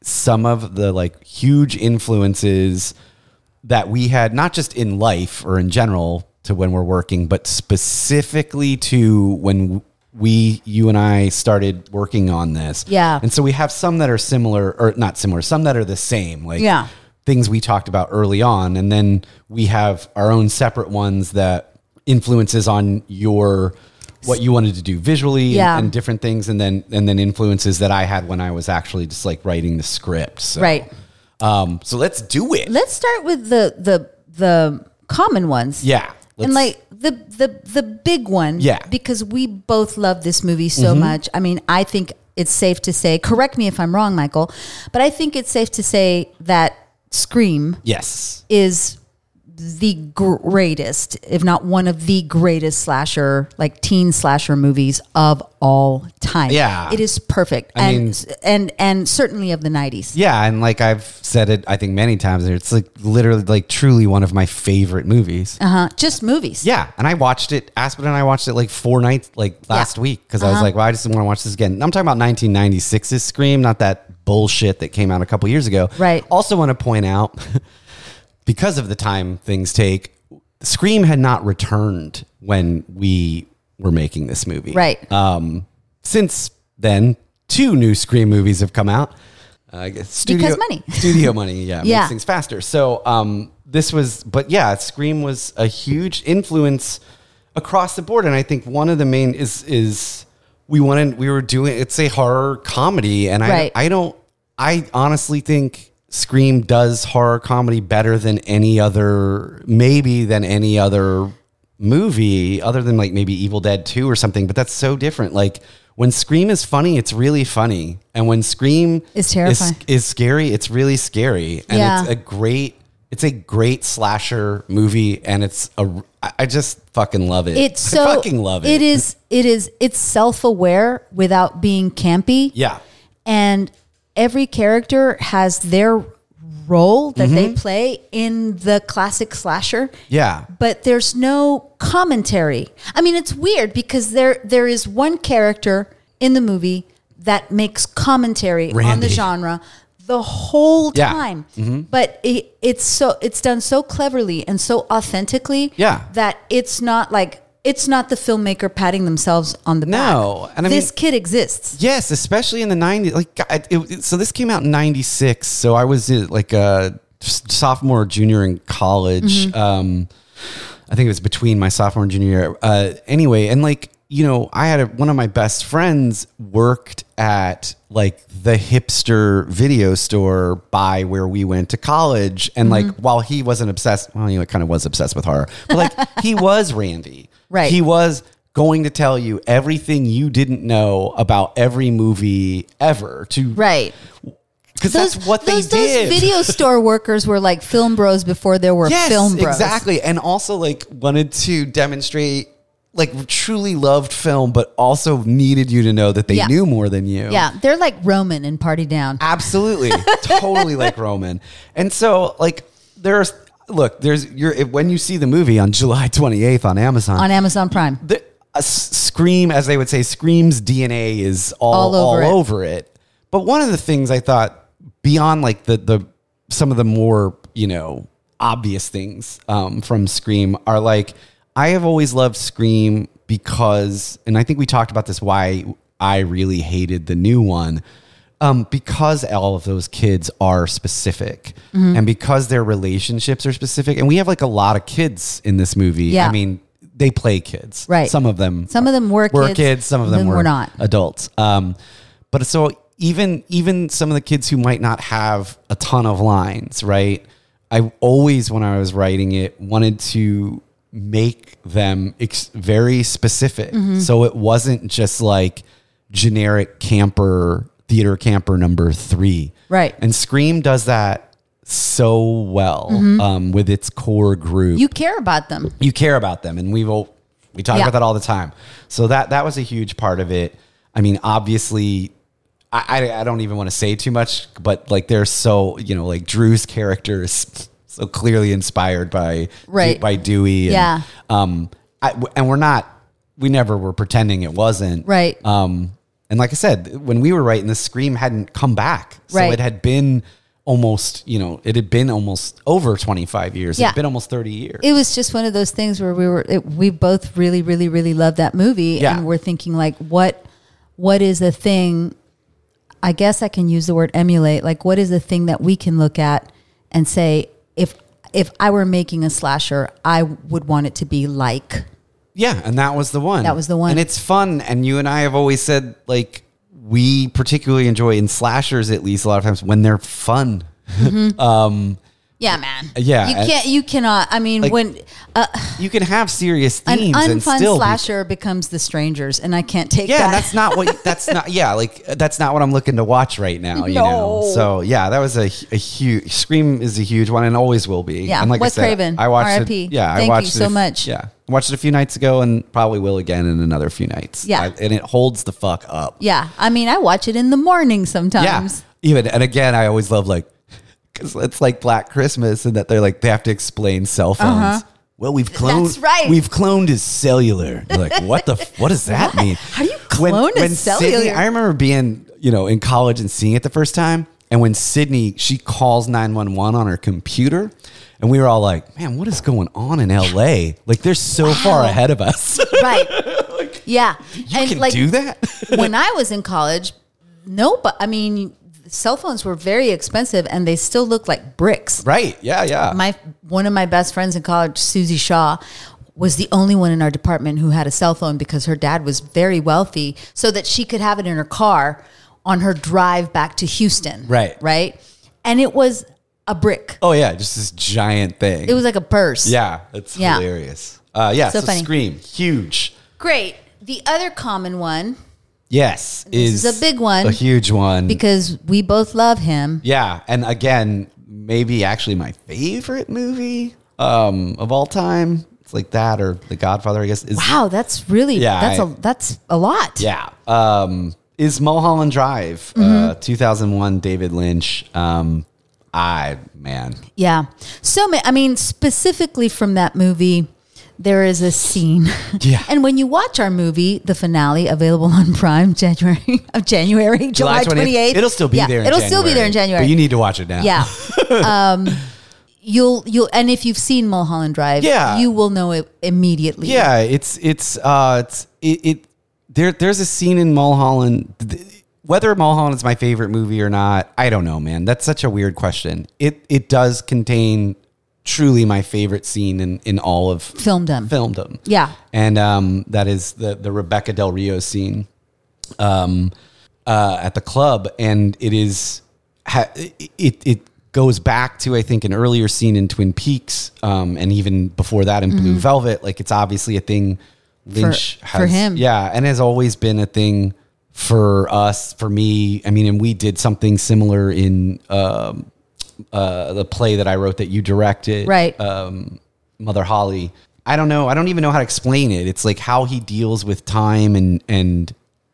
[SPEAKER 2] some of the like huge influences that we had, not just in life or in general to when we're working, but specifically to when we, you and I started working on this.
[SPEAKER 1] Yeah.
[SPEAKER 2] And so we have some that are similar or not similar, some that are the same. Like,
[SPEAKER 1] Yeah.
[SPEAKER 2] things we talked about early on and then we have our own separate ones that influences on your what you wanted to do visually and-
[SPEAKER 1] Yeah.
[SPEAKER 2] and, different things and then and then influences that I had when I was actually just like writing the script so,
[SPEAKER 1] Right.
[SPEAKER 2] um so let's do it
[SPEAKER 1] Let's start with the the the common ones.
[SPEAKER 2] yeah let's-
[SPEAKER 1] and like the the the big one.
[SPEAKER 2] Yeah. Mm-hmm.
[SPEAKER 1] Because we both love this movie so much. I mean, I think it's safe to say, correct me if I'm wrong, Michael, but I think it's safe to say that Scream
[SPEAKER 2] yes
[SPEAKER 1] is the greatest, if not one of the greatest slasher, like teen slasher movies of all time.
[SPEAKER 2] Yeah.
[SPEAKER 1] it is perfect,
[SPEAKER 2] I
[SPEAKER 1] and
[SPEAKER 2] mean-
[SPEAKER 1] and and certainly of the nineties.
[SPEAKER 2] yeah and like I've said it I think many times it's like literally like truly one of my favorite movies
[SPEAKER 1] Uh huh. Just movies.
[SPEAKER 2] Yeah, and I watched it. Aspen and I watched it like four nights, like last week, because
[SPEAKER 1] Uh-huh.
[SPEAKER 2] I was like, "Well, I just want to watch this again." I'm talking about 1996's Scream, not that bullshit that came out a couple years ago.
[SPEAKER 1] Right.
[SPEAKER 2] Also, want to point out because of the time things take, Scream had not returned when we we're making this movie.
[SPEAKER 1] Right.
[SPEAKER 2] Um, since then, two new Scream movies have come out. Uh, I guess studio,
[SPEAKER 1] Because money.
[SPEAKER 2] studio money, yeah,
[SPEAKER 1] Yeah.
[SPEAKER 2] makes things faster. So um, this was, but yeah, Scream was a huge influence across the board, and I think one of the main is is we wanted we were doing it's a horror comedy, and
[SPEAKER 1] Right.
[SPEAKER 2] I I don't I honestly think Scream does horror comedy better than any other maybe than any other movie other than like maybe Evil Dead 2 or something, but that's so different. Like when Scream is funny, it's really funny. And when Scream
[SPEAKER 1] It's terrifying.
[SPEAKER 2] is, is scary, it's really scary. And
[SPEAKER 1] Yeah.
[SPEAKER 2] it's a great it's a great slasher movie and it's a I I just fucking love it.
[SPEAKER 1] It's
[SPEAKER 2] I
[SPEAKER 1] so
[SPEAKER 2] fucking love it.
[SPEAKER 1] It is it is it's self-aware without being campy.
[SPEAKER 2] Yeah.
[SPEAKER 1] and every character has their role that they
[SPEAKER 2] Mm-hmm.
[SPEAKER 1] play in the classic slasher
[SPEAKER 2] Yeah.
[SPEAKER 1] but there's no commentary i mean it's weird because there there is one character in the movie that makes commentary on
[SPEAKER 2] Randy.
[SPEAKER 1] the genre the whole
[SPEAKER 2] Yeah. Mm-hmm.
[SPEAKER 1] time but it, it's so it's done so cleverly and so authentically
[SPEAKER 2] Yeah.
[SPEAKER 1] that it's not like it's not the filmmaker patting themselves on the back
[SPEAKER 2] No, and I mean-
[SPEAKER 1] this kid exists
[SPEAKER 2] Yes, especially in the 90s. Like, God, it, it- so this came out in 96. So I was uh, like a sophomore, junior in college. Um, I think it was between my sophomore and junior year. Uh, anyway, and like, you know, I had a, one of my best friends worked at like the hipster video store by where we went to college. And like, while he wasn't obsessed, well, you know, kind of was obsessed with horror, but like, he was Randy.
[SPEAKER 1] Right.
[SPEAKER 2] He was going to tell you everything you didn't know about every movie ever to
[SPEAKER 1] right
[SPEAKER 2] because that's what they
[SPEAKER 1] those,
[SPEAKER 2] did.
[SPEAKER 1] Those video store workers were like film bros before there were
[SPEAKER 2] yes,
[SPEAKER 1] film bros.
[SPEAKER 2] exactly, and also like wanted to demonstrate like truly loved film, but also needed you to know that they
[SPEAKER 1] Yeah.
[SPEAKER 2] knew more than you.
[SPEAKER 1] Yeah, they're like Roman and Party Down.
[SPEAKER 2] Absolutely. totally like Roman. And so like there's look, there's you're when you see the movie on July 28th on Amazon.
[SPEAKER 1] on Amazon Prime.
[SPEAKER 2] the a s- scream as they would say screams dna is all, all,
[SPEAKER 1] All
[SPEAKER 2] over,
[SPEAKER 1] over it.
[SPEAKER 2] it but one of the things i thought beyond like the the some of the more you know obvious things um, from scream are like i have always loved scream because and i think we talked about this why i really hated the new one um, because all of those kids are specific
[SPEAKER 1] Mm-hmm.
[SPEAKER 2] and because their relationships are specific and we have like a lot of kids in this movie
[SPEAKER 1] Yeah.
[SPEAKER 2] i mean they play kids.
[SPEAKER 1] Right.
[SPEAKER 2] Some of them.
[SPEAKER 1] Some of them were
[SPEAKER 2] were
[SPEAKER 1] kids,
[SPEAKER 2] kids. Some of them
[SPEAKER 1] then
[SPEAKER 2] were,
[SPEAKER 1] were not.
[SPEAKER 2] adults. Um, but so even even some of the kids who might not have a ton of lines, right? I always, when I was writing it, wanted to make them ex- very specific,
[SPEAKER 1] Mm-hmm.
[SPEAKER 2] so it wasn't just like generic camper theater camper number three,
[SPEAKER 1] Right.
[SPEAKER 2] And Scream does that so well
[SPEAKER 1] Mm-hmm.
[SPEAKER 2] um, with its core group
[SPEAKER 1] You care about them.
[SPEAKER 2] you care about them and we will we talk
[SPEAKER 1] Yeah.
[SPEAKER 2] about that all the time so that that was a huge part of it i mean obviously i i, I don't even want to say too much but like they're so you know like drew's character is so clearly inspired by
[SPEAKER 1] Right.
[SPEAKER 2] by dewey and,
[SPEAKER 1] Yeah.
[SPEAKER 2] um I, and we're not we never were pretending it wasn't
[SPEAKER 1] Right.
[SPEAKER 2] um and like i said when we were writing the scream hadn't come back so
[SPEAKER 1] Right.
[SPEAKER 2] it had been almost you know it had been almost over 25 years it
[SPEAKER 1] Yeah.
[SPEAKER 2] had been almost 30 years
[SPEAKER 1] It was just one of those things where we were it, we both really really really loved that movie
[SPEAKER 2] Yeah.
[SPEAKER 1] and we're thinking like what what is the thing I guess I can use the word emulate like what is the thing that we can look at and say if if I were making a slasher I would want it to be like
[SPEAKER 2] Yeah, and that was the one.
[SPEAKER 1] That was the one.
[SPEAKER 2] And it's fun. And you and I have always said, like, we particularly enjoy in slashers, at least a lot of times, when they're fun.
[SPEAKER 1] yeah man
[SPEAKER 2] Yeah,
[SPEAKER 1] you
[SPEAKER 2] and-
[SPEAKER 1] can't you cannot I mean
[SPEAKER 2] Like-
[SPEAKER 1] when
[SPEAKER 2] You can have serious
[SPEAKER 1] an
[SPEAKER 2] themes and
[SPEAKER 1] unfun
[SPEAKER 2] still be-
[SPEAKER 1] slasher becomes the strangers and I can't take
[SPEAKER 2] yeah,
[SPEAKER 1] that
[SPEAKER 2] and that's not what. That's not. Yeah, like that's not what I'm looking to watch right now. You know.
[SPEAKER 1] No.
[SPEAKER 2] So yeah, that was a, a huge. Scream is a huge one and always will be.
[SPEAKER 1] Yeah,
[SPEAKER 2] And like
[SPEAKER 1] Wes
[SPEAKER 2] I said,
[SPEAKER 1] Craven,
[SPEAKER 2] I watched
[SPEAKER 1] R.I.P..
[SPEAKER 2] it. Yeah, I
[SPEAKER 1] Thank you
[SPEAKER 2] watched it
[SPEAKER 1] so
[SPEAKER 2] a f-
[SPEAKER 1] much.
[SPEAKER 2] Yeah, watched it a few nights ago and probably will again in another few nights.
[SPEAKER 1] Yeah.
[SPEAKER 2] I- and it holds the fuck up.
[SPEAKER 1] Yeah, I mean, I watch it in the morning sometimes.
[SPEAKER 2] Yeah. Even and again, I always love like because it's like Black Christmas and that they're like they have to explain cell phones. Well, we've cloned.
[SPEAKER 1] Uh-huh. That's right.
[SPEAKER 2] We've cloned his cellular. You're like, what the? f- What does that mean? How
[SPEAKER 1] do you clone a cellular?
[SPEAKER 2] I remember being you know in college and seeing it the first time. And when Sydney, she calls 911 on her computer. And we were all like, man, what is going on in LA? Like, they're so far ahead of us.
[SPEAKER 1] Right.
[SPEAKER 2] like,
[SPEAKER 1] Yeah.
[SPEAKER 2] You can do that.
[SPEAKER 1] when I was in college, no, but I mean, cell phones were very expensive and they still look like bricks.
[SPEAKER 2] right. Yeah. Yeah.
[SPEAKER 1] My one of my best friends in college, Susie Shaw, was the only one in our department who had a cell phone because her dad was very wealthy, so that she could have it in her car on her drive back to Houston.
[SPEAKER 2] Right.
[SPEAKER 1] Right. And it was a brick.
[SPEAKER 2] oh yeah. Just this giant thing.
[SPEAKER 1] It was like a purse.
[SPEAKER 2] yeah. It's
[SPEAKER 1] Yeah.
[SPEAKER 2] hilarious. Uh, yeah. So,
[SPEAKER 1] So funny.
[SPEAKER 2] Scream. Huge.
[SPEAKER 1] Great. The other common one,
[SPEAKER 2] Yes.
[SPEAKER 1] is a big one.
[SPEAKER 2] A huge one.
[SPEAKER 1] because we both love him.
[SPEAKER 2] Yeah, and again, maybe actually my favorite movie um, of all time. It's like that or The Godfather, I guess. Is,
[SPEAKER 1] Wow, that's really
[SPEAKER 2] Yeah,
[SPEAKER 1] that's
[SPEAKER 2] I-
[SPEAKER 1] a that's a lot.
[SPEAKER 2] Yeah, um, is Mulholland Drive, uh,
[SPEAKER 1] Mm-hmm.
[SPEAKER 2] two thousand one, David Lynch. Um, I man,
[SPEAKER 1] Yeah. So, ma- I mean, specifically from that movie, there is a scene.
[SPEAKER 2] Yeah.
[SPEAKER 1] and when you watch our movie, the finale, available on Prime, January of January, July twenty eighth,
[SPEAKER 2] It'll still be there. In
[SPEAKER 1] it'll still be there in January.
[SPEAKER 2] But you need to watch it now.
[SPEAKER 1] yeah. um, you'll you'll and if you've seen Mulholland Drive,
[SPEAKER 2] Yeah.
[SPEAKER 1] you will know it immediately.
[SPEAKER 2] Yeah, it's it's uh it's it, it there there's a scene in Mulholland th- whether Mulholland is my favorite movie or not, I don't know, man. That's such a weird question. It it does contain truly my favorite scene in in all of
[SPEAKER 1] Filmdom.
[SPEAKER 2] filmdom.
[SPEAKER 1] Yeah.
[SPEAKER 2] And um that is the the Rebecca Del Rio scene um, uh, at the club, and it is ha- it it goes back to I think an earlier scene in Twin Peaks, um, and even before that in Blue Velvet. Like it's obviously a thing Lynch
[SPEAKER 1] Mm-hmm. for
[SPEAKER 2] has,
[SPEAKER 1] him.
[SPEAKER 2] yeah, and has always been a thing for us, for me. I mean, and we did something similar in um, uh, the play that I wrote that you directed,
[SPEAKER 1] Right.
[SPEAKER 2] Um, Mother Holly. I don't know. I don't even know how to explain it. It's like how he deals with time and and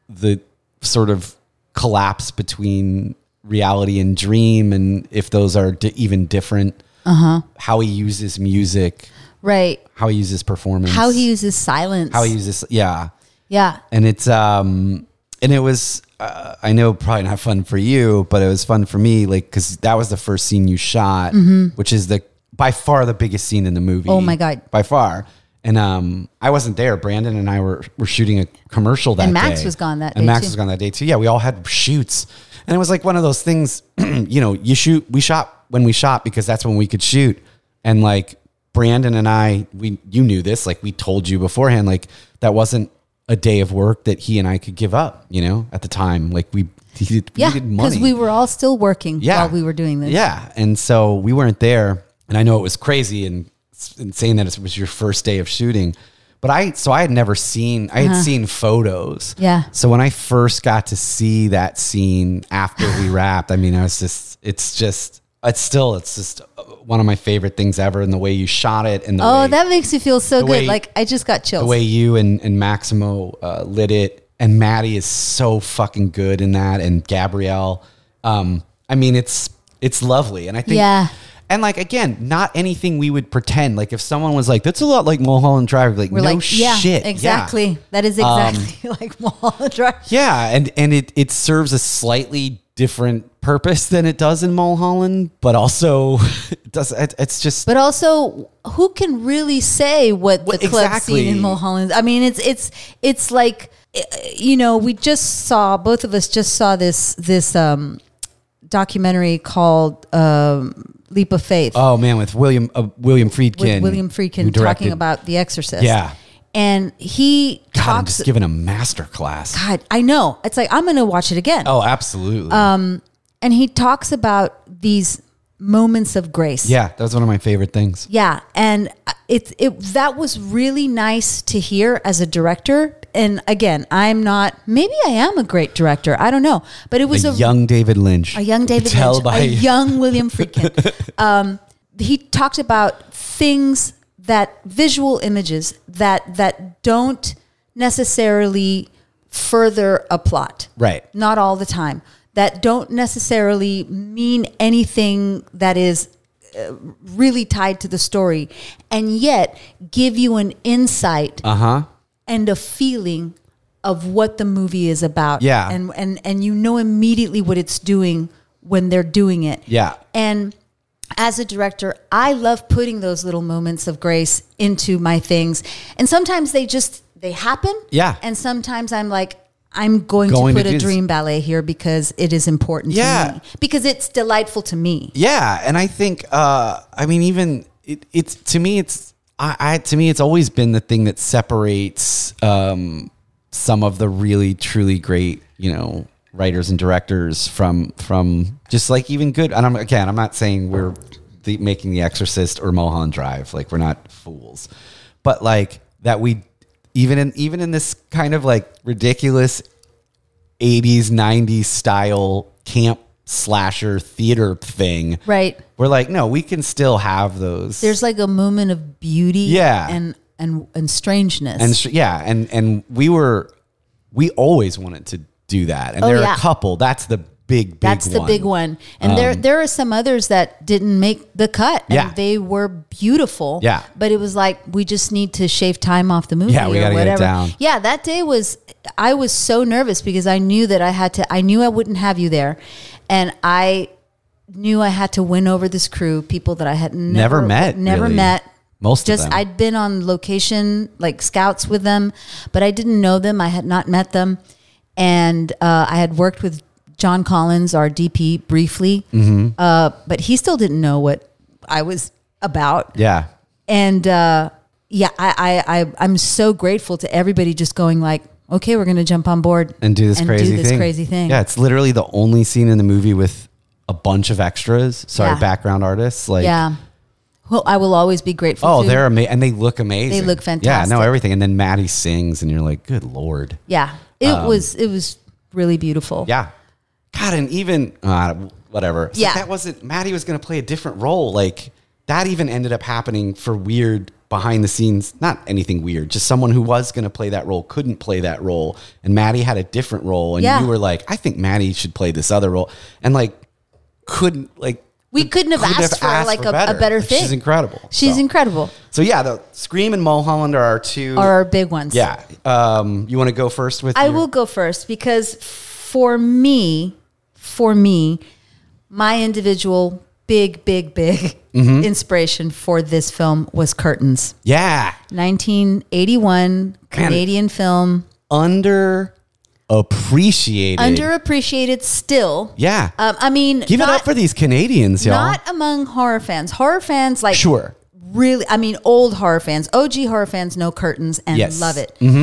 [SPEAKER 2] the sort of collapse between reality and dream, and if those are di- even different. Uh huh.
[SPEAKER 1] Uh-huh.
[SPEAKER 2] How he uses music,
[SPEAKER 1] Right.
[SPEAKER 2] how he uses performance,
[SPEAKER 1] How he uses silence.
[SPEAKER 2] how he uses yeah,
[SPEAKER 1] yeah.
[SPEAKER 2] and it's um and it was uh, I know probably not fun for you, but it was fun for me like because that was the first scene you shot, which is the by far the biggest scene in the movie.
[SPEAKER 1] Mm-hmm. Oh my God.
[SPEAKER 2] by far. And um, I wasn't there. Brandon and I were were shooting a commercial that
[SPEAKER 1] And Max
[SPEAKER 2] day.
[SPEAKER 1] was gone that
[SPEAKER 2] and
[SPEAKER 1] day,
[SPEAKER 2] Max
[SPEAKER 1] too.
[SPEAKER 2] was gone that day too. Yeah, we all had shoots, and it was like one of those things. you know, you shoot. We shot when we shot because that's when we could shoot, and like. Brandon and I, we you knew this, like we told you beforehand, like that wasn't a day of work that he and I could give up, you know, at the time. Like we, he did, we
[SPEAKER 1] Yeah.
[SPEAKER 2] needed money.
[SPEAKER 1] Because we were all still working
[SPEAKER 2] yeah.
[SPEAKER 1] while we were doing this.
[SPEAKER 2] Yeah. And so we weren't there. And I know it was crazy and s- insane that it was your first day of shooting. But I, so I had never seen, I had seen photos.
[SPEAKER 1] Uh-huh. Yeah.
[SPEAKER 2] So when I first got to see that scene after we wrapped, I mean, I was just, it's just, it's still, it's just one of my favorite things ever. And the way you shot it and the
[SPEAKER 1] Oh,
[SPEAKER 2] way,
[SPEAKER 1] that makes me feel so good.
[SPEAKER 2] way-
[SPEAKER 1] like I just got chills.
[SPEAKER 2] the way you and, and Maximo uh, lit it, and Maddie is so fucking good in that, and Gabrielle. Um, I mean, it's it's lovely, and I think,
[SPEAKER 1] Yeah.
[SPEAKER 2] and like again, not anything we would pretend. Like if someone was like, "That's a lot like Mulholland Drive," like
[SPEAKER 1] We're
[SPEAKER 2] no
[SPEAKER 1] like, yeah,
[SPEAKER 2] shit, Um,
[SPEAKER 1] exactly. That is exactly like Mulholland Drive.
[SPEAKER 2] yeah, and and it it serves a slightly different purpose than it does in Mulholland, but also it does. It, it's just
[SPEAKER 1] But also, who can really say what the
[SPEAKER 2] Well,
[SPEAKER 1] club
[SPEAKER 2] exactly.
[SPEAKER 1] scene in Mulholland? I mean, it's it's it's like eh, you know, we just saw both of us just saw this this um, documentary called um, Leap of Faith.
[SPEAKER 2] oh man, with William uh, William Friedkin,
[SPEAKER 1] with William
[SPEAKER 2] who
[SPEAKER 1] Friedkin
[SPEAKER 2] directed-
[SPEAKER 1] talking about The Exorcist.
[SPEAKER 2] Yeah.
[SPEAKER 1] And he
[SPEAKER 2] God, I'm
[SPEAKER 1] talks.
[SPEAKER 2] just giving a master class.
[SPEAKER 1] God, I know. It's like I'm going to watch it again.
[SPEAKER 2] Oh, absolutely.
[SPEAKER 1] Um, and he talks about these moments of grace.
[SPEAKER 2] yeah, that was one of my favorite things.
[SPEAKER 1] Yeah, and it it that was really nice to hear as a director. And again, I'm not. Maybe I am a great director. I don't know, but it was
[SPEAKER 2] a
[SPEAKER 1] a,
[SPEAKER 2] young David Lynch.
[SPEAKER 1] a young David
[SPEAKER 2] Tell
[SPEAKER 1] Lynch,
[SPEAKER 2] by
[SPEAKER 1] a young William Friedkin. um, he talked about things that visual images that that don't necessarily further a plot.
[SPEAKER 2] Right.
[SPEAKER 1] Not all the time. That don't necessarily mean anything that is uh, really tied to the story and yet give you an insight
[SPEAKER 2] Uh huh.
[SPEAKER 1] and a feeling of what the movie is about.
[SPEAKER 2] Yeah.
[SPEAKER 1] And and and you know immediately what it's doing when they're doing it.
[SPEAKER 2] Yeah.
[SPEAKER 1] And as a director, I love putting those little moments of grace into my things. And sometimes they just they happen.
[SPEAKER 2] Yeah.
[SPEAKER 1] And sometimes I'm like, I'm going,
[SPEAKER 2] Going
[SPEAKER 1] to
[SPEAKER 2] to
[SPEAKER 1] put a
[SPEAKER 2] do this.
[SPEAKER 1] dream ballet here because it is important
[SPEAKER 2] Yeah.
[SPEAKER 1] to me. Because it's delightful to me.
[SPEAKER 2] Yeah, and I think uh, I mean even it, it's to me it's I, I to me it's always been the thing that separates um, some of the really truly great you know writers and directors from from just like even good and I'm again I'm not saying we're the, making The Exorcist or Mulholland Drive like we're not fools, but like that we even in even in this kind of like ridiculous 80s 90s style camp slasher theater thing
[SPEAKER 1] Right.
[SPEAKER 2] we're like no we can still have those
[SPEAKER 1] There's like a moment of beauty
[SPEAKER 2] Yeah.
[SPEAKER 1] and and and strangeness.
[SPEAKER 2] and sh- yeah and and we were we always wanted to do that and
[SPEAKER 1] Oh,
[SPEAKER 2] there are
[SPEAKER 1] yeah.
[SPEAKER 2] a couple that's the big big
[SPEAKER 1] That's the
[SPEAKER 2] one. Um,
[SPEAKER 1] big one. And there there are some others that didn't make the cut and
[SPEAKER 2] Yeah.
[SPEAKER 1] they were beautiful.
[SPEAKER 2] Yeah.
[SPEAKER 1] But it was like we just need to shave time off the movie
[SPEAKER 2] Yeah, we
[SPEAKER 1] or
[SPEAKER 2] gotta get it
[SPEAKER 1] whatever.
[SPEAKER 2] down.
[SPEAKER 1] Yeah, that day was I was so nervous because I knew that I had to I knew I wouldn't have you there. And I knew I had to win over this crew, people that I had never,
[SPEAKER 2] Never met,
[SPEAKER 1] Never
[SPEAKER 2] really.
[SPEAKER 1] met.
[SPEAKER 2] Most of
[SPEAKER 1] just
[SPEAKER 2] them.
[SPEAKER 1] I'd been on location like scouts with them, but I didn't know them. I had not met them, and uh, I had worked with John Collins, our DP, briefly,
[SPEAKER 2] Mm-hmm.
[SPEAKER 1] uh, but he still didn't know what I was about.
[SPEAKER 2] yeah
[SPEAKER 1] And uh, yeah, I, I, I I'm so grateful to everybody just going like, okay, we're gonna jump on board
[SPEAKER 2] and do this crazy
[SPEAKER 1] do this
[SPEAKER 2] thing
[SPEAKER 1] crazy thing.
[SPEAKER 2] yeah it's literally the only scene in the movie with a bunch of extras sorry
[SPEAKER 1] Yeah.
[SPEAKER 2] background artists like
[SPEAKER 1] yeah. Well, I will always be grateful.
[SPEAKER 2] Oh,
[SPEAKER 1] to.
[SPEAKER 2] they're amazing, and they look amazing.
[SPEAKER 1] They look
[SPEAKER 2] Yeah, no,
[SPEAKER 1] fantastic.
[SPEAKER 2] everything. And then Maddie sings, and you're like, "Good lord!"
[SPEAKER 1] Yeah, it was it was really beautiful.
[SPEAKER 2] um, Yeah. God, and even uh, whatever. It's like,
[SPEAKER 1] Yeah.
[SPEAKER 2] that wasn't Maddie was going to play a different role. Like that even ended up happening for weird behind the scenes. Not anything weird. Just someone who was going to play that role couldn't play that role, and Maddie had a different role, and
[SPEAKER 1] Yeah.
[SPEAKER 2] you were like, I think Maddie should play this other role, and like couldn't like.
[SPEAKER 1] We couldn't have asked for, like, a- a better
[SPEAKER 2] Like, She's
[SPEAKER 1] thing.
[SPEAKER 2] incredible.
[SPEAKER 1] She's
[SPEAKER 2] so.
[SPEAKER 1] incredible.
[SPEAKER 2] So yeah, the Scream and Mulholland are our two.
[SPEAKER 1] Are our big ones?
[SPEAKER 2] yeah. Um, you want to go first with?
[SPEAKER 1] I
[SPEAKER 2] your-
[SPEAKER 1] will go first because for me, for me, my individual big, big, big
[SPEAKER 2] Mm-hmm.
[SPEAKER 1] inspiration for this film was Curtains,
[SPEAKER 2] Yeah.
[SPEAKER 1] 1981 Canadian film,
[SPEAKER 2] underappreciated.
[SPEAKER 1] underappreciated still.
[SPEAKER 2] yeah.
[SPEAKER 1] Um, I mean,
[SPEAKER 2] Give it
[SPEAKER 1] not-
[SPEAKER 2] up for these Canadians, y'all.
[SPEAKER 1] not among horror fans. Horror fans like
[SPEAKER 2] sure.
[SPEAKER 1] really i mean old horror fans og horror fans know curtains and
[SPEAKER 2] Yes. Mm-hmm.
[SPEAKER 1] love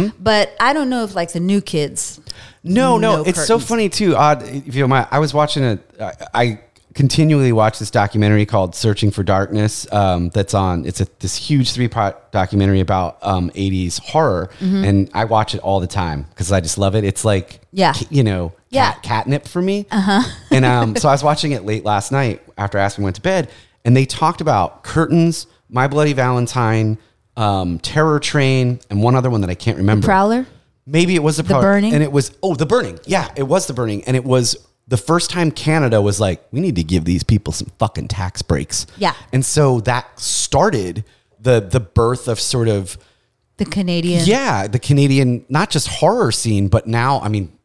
[SPEAKER 1] it but i don't know if like the new kids
[SPEAKER 2] No, no,
[SPEAKER 1] No
[SPEAKER 2] it's so
[SPEAKER 1] curtains.
[SPEAKER 2] funny too. Odd, if you don't mind, I was watching a. I, I continually watch this documentary called "Searching for Darkness." Um, that's on. It's a this huge three part documentary about um, '80s horror,
[SPEAKER 1] Mm-hmm.
[SPEAKER 2] and I watch it all the time because I just love it. It's like,
[SPEAKER 1] Yeah.
[SPEAKER 2] ca- you know,
[SPEAKER 1] Yeah. Uh-huh.
[SPEAKER 2] cat, catnip for me. Uh huh. and um, so I was watching it late last night after Aspen went to bed, and they talked about curtains, My Bloody Valentine. Um, Terror Train and one other one that I can't remember.
[SPEAKER 1] prowler
[SPEAKER 2] Maybe it was the, Prowler.
[SPEAKER 1] Burning?
[SPEAKER 2] and it was oh the burning. Yeah, it was the burning, and it was the first time Canada was like, we need to give these people some fucking tax breaks.
[SPEAKER 1] Yeah.
[SPEAKER 2] and so that started the the birth of sort of
[SPEAKER 1] the canadian
[SPEAKER 2] yeah the Canadian not just horror scene, but now I mean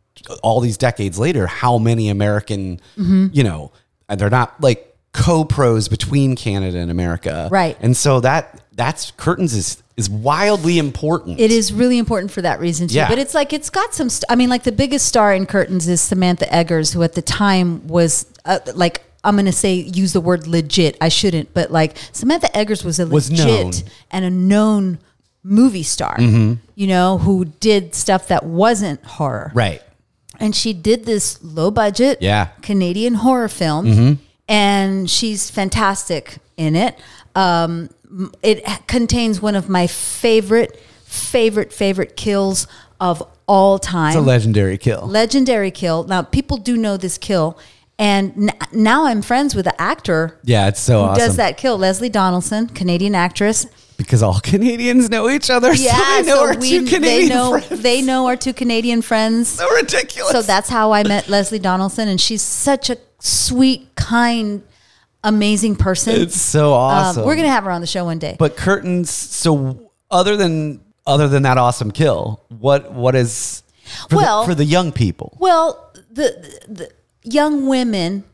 [SPEAKER 2] all these decades later, how many American
[SPEAKER 1] Mm-hmm.
[SPEAKER 2] you know and they're not like co pros between Canada and America,
[SPEAKER 1] Right.
[SPEAKER 2] And so that that's curtains is is wildly important.
[SPEAKER 1] it is really important for that reason too
[SPEAKER 2] Yeah.
[SPEAKER 1] but it's like it's got some st- i mean like the biggest star in curtains is samantha eggers who at the time was uh, like i'm gonna say use the word legit i shouldn't but like samantha eggers was a
[SPEAKER 2] Was
[SPEAKER 1] legit
[SPEAKER 2] known. Mm-hmm.
[SPEAKER 1] and a known movie star you know who did stuff that wasn't horror
[SPEAKER 2] right.
[SPEAKER 1] and she did this low budget
[SPEAKER 2] Yeah. Mm-hmm.
[SPEAKER 1] Canadian horror film and she's fantastic in it. Um, m- it h- contains one of my favorite favorite favorite kills of all time.
[SPEAKER 2] It's a legendary kill.
[SPEAKER 1] Legendary kill. Now people do know this kill and n- now I'm friends with the actor
[SPEAKER 2] Yeah, it's so
[SPEAKER 1] who
[SPEAKER 2] awesome.
[SPEAKER 1] does that kill, Leslie Donaldson, Canadian actress.
[SPEAKER 2] because all Canadians know each other. Yeah,
[SPEAKER 1] Yeah,
[SPEAKER 2] so they know
[SPEAKER 1] so
[SPEAKER 2] our
[SPEAKER 1] we,
[SPEAKER 2] two
[SPEAKER 1] they
[SPEAKER 2] Canadian
[SPEAKER 1] know
[SPEAKER 2] friends.
[SPEAKER 1] they know our two Canadian friends.
[SPEAKER 2] so ridiculous.
[SPEAKER 1] So that's how I met Leslie Donaldson, and she's such a sweet, kind, amazing person.
[SPEAKER 2] it's so
[SPEAKER 1] Um,
[SPEAKER 2] awesome.
[SPEAKER 1] we're gonna have her on the show one day.
[SPEAKER 2] but curtains. So other than other than that awesome kill, what what is for
[SPEAKER 1] Well-
[SPEAKER 2] the, for the young people?
[SPEAKER 1] well, the, the, the young women,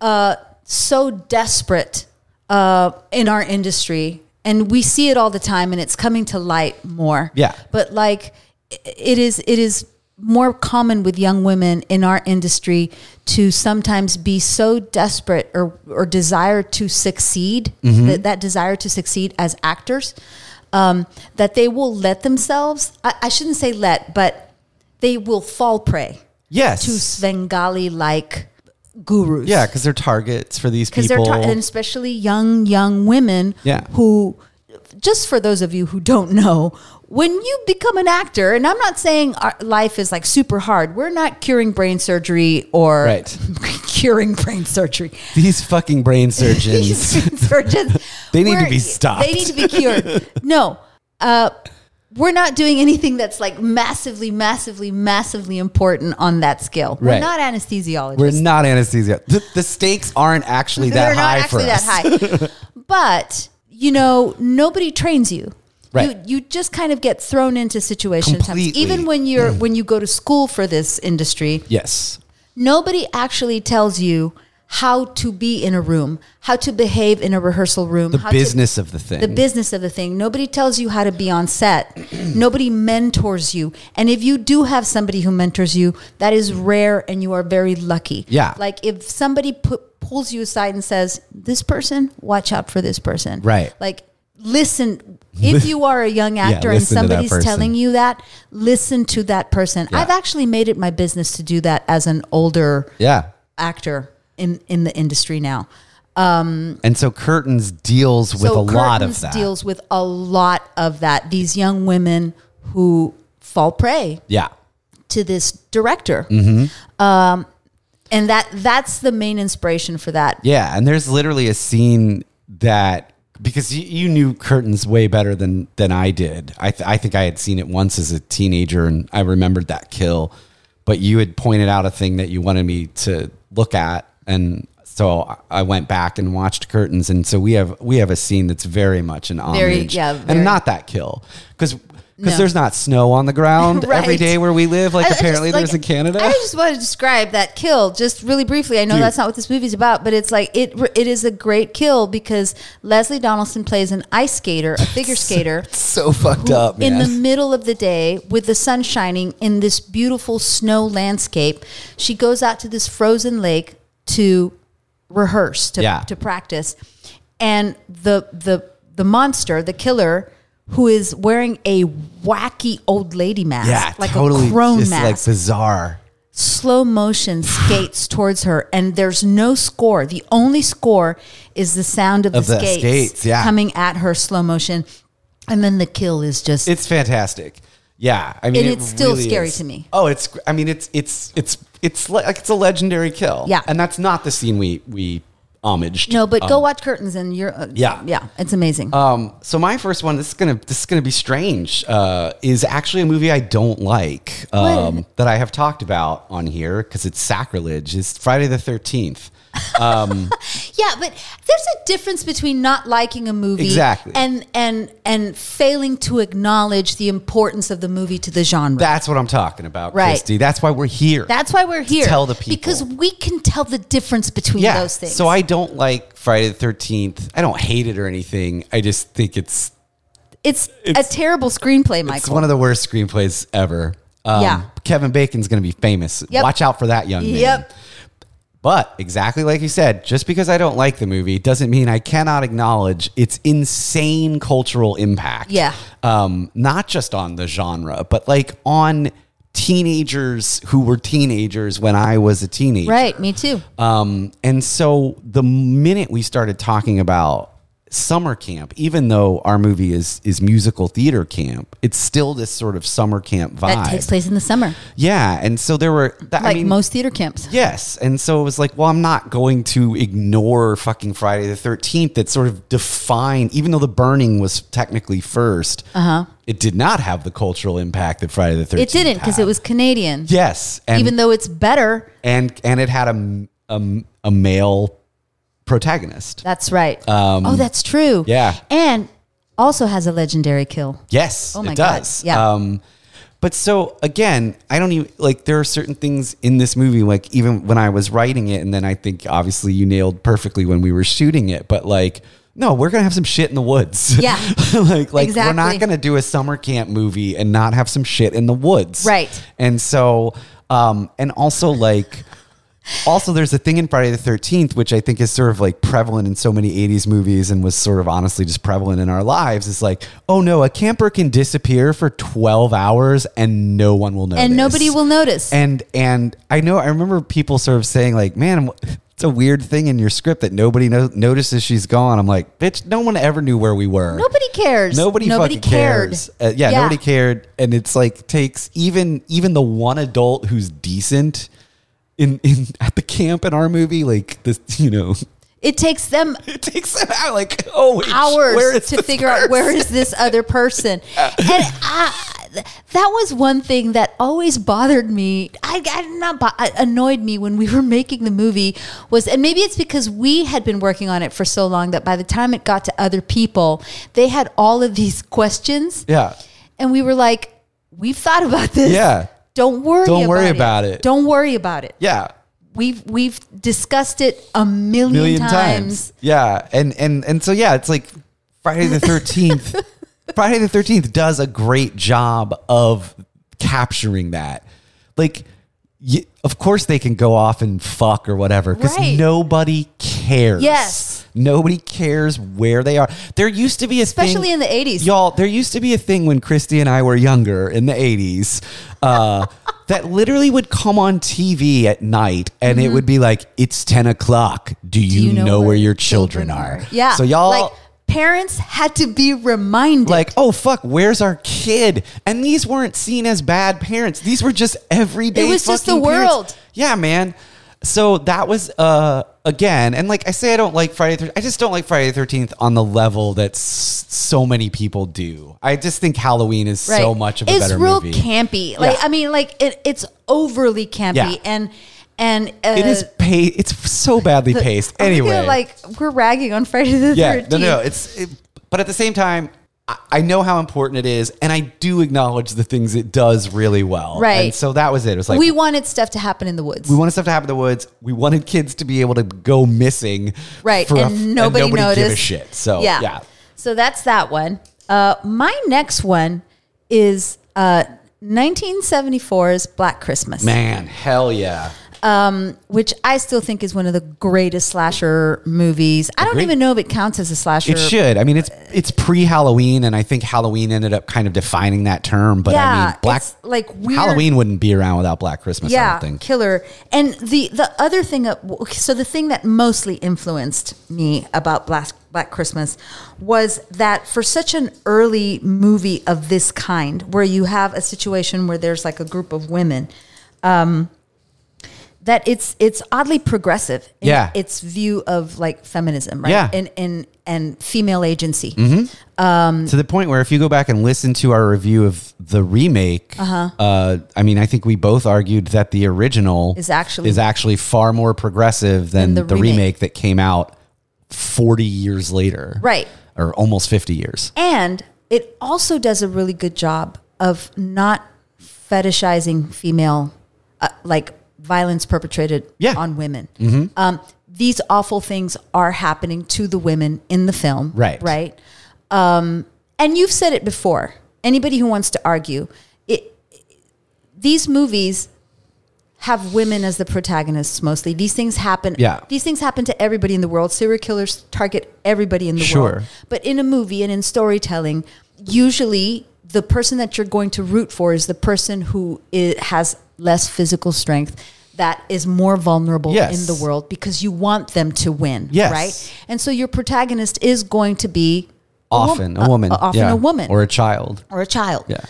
[SPEAKER 1] uh, so desperate uh, in our industry and we see it all the time and it's coming to light more
[SPEAKER 2] Yeah.
[SPEAKER 1] but like i- it is it is more common with young women in our industry to sometimes be so desperate or or desire to succeed that, that desire to succeed as actors um, that they will let themselves I, I shouldn't say let but they will fall prey
[SPEAKER 2] Yes.
[SPEAKER 1] to Svengali like gurus
[SPEAKER 2] yeah, because they're targets for these
[SPEAKER 1] because they're
[SPEAKER 2] people.
[SPEAKER 1] ta- and especially young young women
[SPEAKER 2] Yeah.
[SPEAKER 1] who just for those of you who don't know when you become an actor and i'm not saying our life is like super hard we're not curing brain surgery or
[SPEAKER 2] Right.
[SPEAKER 1] curing brain surgery
[SPEAKER 2] these fucking brain surgeons.
[SPEAKER 1] these brain surgeons
[SPEAKER 2] They need to
[SPEAKER 1] we're-
[SPEAKER 2] be stopped.
[SPEAKER 1] they need to be cured no uh, we're not doing anything that's like massively massively massively important on that scale we're
[SPEAKER 2] Right.
[SPEAKER 1] not anesthesiologists
[SPEAKER 2] We're not anesthesia. The, the stakes aren't actually that
[SPEAKER 1] they're
[SPEAKER 2] high
[SPEAKER 1] not
[SPEAKER 2] for
[SPEAKER 1] actually
[SPEAKER 2] us.
[SPEAKER 1] that high. but you know, nobody trains you.
[SPEAKER 2] Right.
[SPEAKER 1] You you just kind of get thrown into situations. sometimes.
[SPEAKER 2] Completely. Mm.
[SPEAKER 1] Even when you're when you go to school for this industry,
[SPEAKER 2] Yes.
[SPEAKER 1] nobody actually tells you how to be in a room, how to behave in a rehearsal room,
[SPEAKER 2] The
[SPEAKER 1] how to
[SPEAKER 2] business of the thing.
[SPEAKER 1] the business of the thing. Nobody tells you how to be on set. Nobody mentors you. And if you do have somebody who mentors you, that is rare and you are very lucky.
[SPEAKER 2] Yeah.
[SPEAKER 1] Like if somebody pu- pulls you aside and says, this person, watch out for this person.
[SPEAKER 2] Right.
[SPEAKER 1] Like listen, if you are a young actor and
[SPEAKER 2] listen to that
[SPEAKER 1] somebody's
[SPEAKER 2] person.
[SPEAKER 1] telling you that, listen to that person.
[SPEAKER 2] Yeah.
[SPEAKER 1] I've actually made it my business to do that as an older
[SPEAKER 2] yeah.
[SPEAKER 1] actor in, in the industry now.
[SPEAKER 2] And so Curtains deals with a lot of
[SPEAKER 1] Curtains
[SPEAKER 2] that.
[SPEAKER 1] Deals with a lot of that. These young women who fall prey
[SPEAKER 2] yeah.
[SPEAKER 1] to this director, um,
[SPEAKER 2] Mm-hmm.
[SPEAKER 1] and that that's the main inspiration for that.
[SPEAKER 2] Yeah. And there's literally a scene that because you, you knew curtains way better than than I did. I th- I think I had seen it once as a teenager and I remembered that kill, but you had pointed out a thing that you wanted me to look at and so I- I went back and watched curtains and so we have we have a scene that's very much an homage
[SPEAKER 1] Very- yeah, very-
[SPEAKER 2] and not that kill cuz because
[SPEAKER 1] No.
[SPEAKER 2] there's not snow on the ground every
[SPEAKER 1] Right.
[SPEAKER 2] day where we live like
[SPEAKER 1] I- I just,
[SPEAKER 2] apparently
[SPEAKER 1] like,
[SPEAKER 2] there's in Canada.
[SPEAKER 1] I just want to describe that kill just really briefly. I know
[SPEAKER 2] Dude.
[SPEAKER 1] that's not what this movie's about, but it's like it it is a great kill because Leslie Donaldson plays an ice skater, a figure skater,
[SPEAKER 2] so fucked up, man.
[SPEAKER 1] in the middle of the day with the sun shining in this beautiful snow landscape. She goes out to this frozen lake to rehearse, to,
[SPEAKER 2] Yeah.
[SPEAKER 1] to practice. And the the the monster, the killer, who is wearing a wacky old lady mask,
[SPEAKER 2] yeah,
[SPEAKER 1] like
[SPEAKER 2] totally
[SPEAKER 1] a crone
[SPEAKER 2] just
[SPEAKER 1] mask
[SPEAKER 2] like bizarre.
[SPEAKER 1] slow motion skates towards her, and there's no score. The only score is the sound of,
[SPEAKER 2] Of
[SPEAKER 1] the,
[SPEAKER 2] the
[SPEAKER 1] skates,
[SPEAKER 2] skates, yeah.
[SPEAKER 1] coming at her slow motion, and then the kill is just
[SPEAKER 2] It's fantastic. Yeah, I mean,
[SPEAKER 1] And
[SPEAKER 2] it
[SPEAKER 1] it's still
[SPEAKER 2] really
[SPEAKER 1] scary
[SPEAKER 2] is.
[SPEAKER 1] to me.
[SPEAKER 2] Oh, it's. I mean, it's it's it's it's like it's a legendary kill.
[SPEAKER 1] Yeah.
[SPEAKER 2] and that's not the scene we we homaged.
[SPEAKER 1] no. But go watch curtains, and you're uh,
[SPEAKER 2] Um, Yeah.
[SPEAKER 1] yeah. It's amazing.
[SPEAKER 2] Um, so my first one, this is gonna this is gonna be strange. Uh, is actually a movie I don't like um, that I have talked about on here because it's sacrilege. Is Friday the Thirteenth?
[SPEAKER 1] yeah, but there's a difference between not liking a movie
[SPEAKER 2] Exactly.
[SPEAKER 1] and and and failing to acknowledge the importance of the movie to the genre.
[SPEAKER 2] That's what I'm talking about,
[SPEAKER 1] Right.
[SPEAKER 2] Christy. That's why we're here.
[SPEAKER 1] That's why we're here.
[SPEAKER 2] tell the people.
[SPEAKER 1] because we can tell the difference between those things.
[SPEAKER 2] So I don't like Friday the Thirteenth. I don't hate it or anything. I just think it's
[SPEAKER 1] it's,
[SPEAKER 2] it's-
[SPEAKER 1] a terrible screenplay, Michael.
[SPEAKER 2] it's one of the worst screenplays ever. Um,
[SPEAKER 1] Yeah.
[SPEAKER 2] Kevin Bacon's going to be famous.
[SPEAKER 1] Yep.
[SPEAKER 2] Watch out for that young man.
[SPEAKER 1] Yep.
[SPEAKER 2] But exactly like you said, just because I don't like the movie doesn't mean I cannot acknowledge its insane cultural impact.
[SPEAKER 1] Yeah.
[SPEAKER 2] Um, not just on the genre, but like on teenagers who were teenagers when I was a teenager.
[SPEAKER 1] Right, me too.
[SPEAKER 2] Um, and so the minute we started talking about summer camp, even though our movie is is musical theater camp, it's still this sort of summer camp vibe.
[SPEAKER 1] That takes place in the summer,
[SPEAKER 2] yeah, and so there were that,
[SPEAKER 1] like
[SPEAKER 2] I mean,
[SPEAKER 1] most theater camps.
[SPEAKER 2] Yes, and so it was like, well, I'm not going to ignore fucking Friday the Thirteenth. That sort of defined, even though the burning was technically first, uh-huh. it did not have the cultural impact that Friday the
[SPEAKER 1] It
[SPEAKER 2] Thirteenth.
[SPEAKER 1] didn't because it was Canadian.
[SPEAKER 2] yes, and
[SPEAKER 1] Even though it's better,
[SPEAKER 2] and and it had a a, a male protagonist.
[SPEAKER 1] that's right. oh, that's true.
[SPEAKER 2] Um, yeah.
[SPEAKER 1] and also has a legendary kill.
[SPEAKER 2] Yes,
[SPEAKER 1] Oh my
[SPEAKER 2] it
[SPEAKER 1] God,
[SPEAKER 2] does.
[SPEAKER 1] yeah.
[SPEAKER 2] Um, but so again, I don't even like. There are certain things in this movie, like even when I was writing it, and then I think obviously you nailed perfectly when we were shooting it. But like, No, we're gonna have some shit in the woods.
[SPEAKER 1] Yeah.
[SPEAKER 2] like like we're
[SPEAKER 1] Exactly.
[SPEAKER 2] not gonna do a summer camp movie and not have some shit in the woods.
[SPEAKER 1] Right.
[SPEAKER 2] And so um and also like also there's a thing in Friday the thirteenth, which I think is sort of like prevalent in so many eighties movies and was sort of honestly just prevalent in our lives. It's like, oh no, a camper can disappear for twelve hours and no one will notice.
[SPEAKER 1] and nobody will notice.
[SPEAKER 2] And and I know I remember people sort of saying like, "Man, it's a weird thing in your script that nobody no- notices she's gone." I'm like, "Bitch, no one ever knew where we were.
[SPEAKER 1] nobody cares.
[SPEAKER 2] Nobody, fucking
[SPEAKER 1] cared.
[SPEAKER 2] cares. Uh, yeah,
[SPEAKER 1] Yeah.
[SPEAKER 2] nobody cared." And it's like takes even even the one adult who's decent in in at the camp in our movie, like this, you know,
[SPEAKER 1] It takes them
[SPEAKER 2] it takes them out like oh wait,
[SPEAKER 1] hours
[SPEAKER 2] where is
[SPEAKER 1] to
[SPEAKER 2] this
[SPEAKER 1] figure out
[SPEAKER 2] person?
[SPEAKER 1] where is this other person. And I, th- that was one thing that always bothered me. I, I did not bo- I- annoyed me when we were making the movie was, and maybe it's because we had been working on it for so long that by the time it got to other people, they had all of these questions,
[SPEAKER 2] Yeah,
[SPEAKER 1] and we were like, "We've thought about this.
[SPEAKER 2] yeah,
[SPEAKER 1] Don't worry.
[SPEAKER 2] Don't worry
[SPEAKER 1] about
[SPEAKER 2] about it.
[SPEAKER 1] Don't worry about it.
[SPEAKER 2] yeah.
[SPEAKER 1] We've we've discussed it a million,
[SPEAKER 2] million
[SPEAKER 1] times.
[SPEAKER 2] times. Yeah, and and and so yeah, it's like Friday the Thirteenth. Friday the Thirteenth does a great job of capturing that. Like, y- of course they can go off and fuck or whatever because
[SPEAKER 1] Right.
[SPEAKER 2] nobody cares.
[SPEAKER 1] Yes.
[SPEAKER 2] nobody cares where they are. There used to be a thing-
[SPEAKER 1] Especially in the 80s.
[SPEAKER 2] y'all. There used to be a thing when Christy and I were younger in the eighties. Uh, That literally would come on TV at night, and it would be like, "It's ten o'clock. Mm-hmm. Do you, know, where, your children, are?"
[SPEAKER 1] Yeah.
[SPEAKER 2] So y'all
[SPEAKER 1] like
[SPEAKER 2] like,
[SPEAKER 1] parents had to be reminded.
[SPEAKER 2] "Oh fuck, where's our kid?" And these weren't seen as bad parents. These were just everyday.
[SPEAKER 1] It was just
[SPEAKER 2] fucking
[SPEAKER 1] the
[SPEAKER 2] parents.
[SPEAKER 1] world.
[SPEAKER 2] Yeah, man. So that was uh again, and like I say, I don't like Friday. the Thir- I just don't like Friday the Thirteenth on the level that s- so many people do. I just think Halloween is so much of a
[SPEAKER 1] it's
[SPEAKER 2] better
[SPEAKER 1] real
[SPEAKER 2] movie.
[SPEAKER 1] campy. Like
[SPEAKER 2] Yeah.
[SPEAKER 1] I mean, like it, it's overly campy
[SPEAKER 2] Yeah.
[SPEAKER 1] and and uh,
[SPEAKER 2] it is pa- It's so badly paced.
[SPEAKER 1] I feel
[SPEAKER 2] Anyway,
[SPEAKER 1] like we're ragging on Friday the
[SPEAKER 2] yeah,
[SPEAKER 1] Thirteenth.
[SPEAKER 2] no, no, it's. It, but at the same time, I, I know how important it is, and I do acknowledge the things it does really well.
[SPEAKER 1] Right.
[SPEAKER 2] And so that was it. It was like
[SPEAKER 1] we
[SPEAKER 2] we,
[SPEAKER 1] wanted stuff to happen in the woods.
[SPEAKER 2] wanted stuff to happen in the woods. We wanted kids to be able to go missing.
[SPEAKER 1] right
[SPEAKER 2] for a f-
[SPEAKER 1] and nobody, noticed
[SPEAKER 2] Give a shit. So yeah.
[SPEAKER 1] yeah. so that's that one uh my next one is uh 1974's black christmas
[SPEAKER 2] Man, hell yeah.
[SPEAKER 1] which i still think is one of the greatest slasher movies i don't
[SPEAKER 2] Agreed.
[SPEAKER 1] even know if it counts as a slasher
[SPEAKER 2] It should. I mean, it's it's pre Halloween, and I think Halloween ended up kind of defining that term. But I mean, black
[SPEAKER 1] it's like weird
[SPEAKER 2] Halloween wouldn't be around without Black Christmas. I
[SPEAKER 1] yeah
[SPEAKER 2] don't think.
[SPEAKER 1] killer and the the other thing that- so the thing that mostly influenced me about black black christmas was that for such an early movie of this kind where you have a situation where there's like a group of women um that it's it's oddly progressive in
[SPEAKER 2] Yeah.
[SPEAKER 1] its view of like feminism right
[SPEAKER 2] Yeah.
[SPEAKER 1] and and and female agency
[SPEAKER 2] to the point where if you go back and listen to our review of the remake,
[SPEAKER 1] Uh-huh.
[SPEAKER 2] uh I mean, I think we both argued that the original
[SPEAKER 1] Is actually-
[SPEAKER 2] is actually far more progressive than the,
[SPEAKER 1] Than the
[SPEAKER 2] remake.
[SPEAKER 1] remake.
[SPEAKER 2] that came out forty years later,
[SPEAKER 1] Right.
[SPEAKER 2] Or almost fifty years.
[SPEAKER 1] And it also does a really good job of not fetishizing female, uh, like violence perpetrated
[SPEAKER 2] Yeah. Mm-hmm.
[SPEAKER 1] on women. Um, these awful things are happening to the women in the film.
[SPEAKER 2] Right.
[SPEAKER 1] Right. Um, and you've said it before. Anybody who wants to argue, it, these movies have women as the protagonists mostly. These things happen.
[SPEAKER 2] Yeah.
[SPEAKER 1] These things happen to everybody in the world. Serial killers target everybody in the
[SPEAKER 2] Sure.
[SPEAKER 1] world. But in a movie and in storytelling, usually the person that you're going to root for is the person who i has less physical strength, that is more vulnerable
[SPEAKER 2] Yes.
[SPEAKER 1] in the world because you want them to win.
[SPEAKER 2] Yes.
[SPEAKER 1] Right. And so your protagonist is going to be a wom-
[SPEAKER 2] Often a woman,
[SPEAKER 1] often
[SPEAKER 2] yeah.
[SPEAKER 1] a woman
[SPEAKER 2] or a child.
[SPEAKER 1] or a child
[SPEAKER 2] Yeah,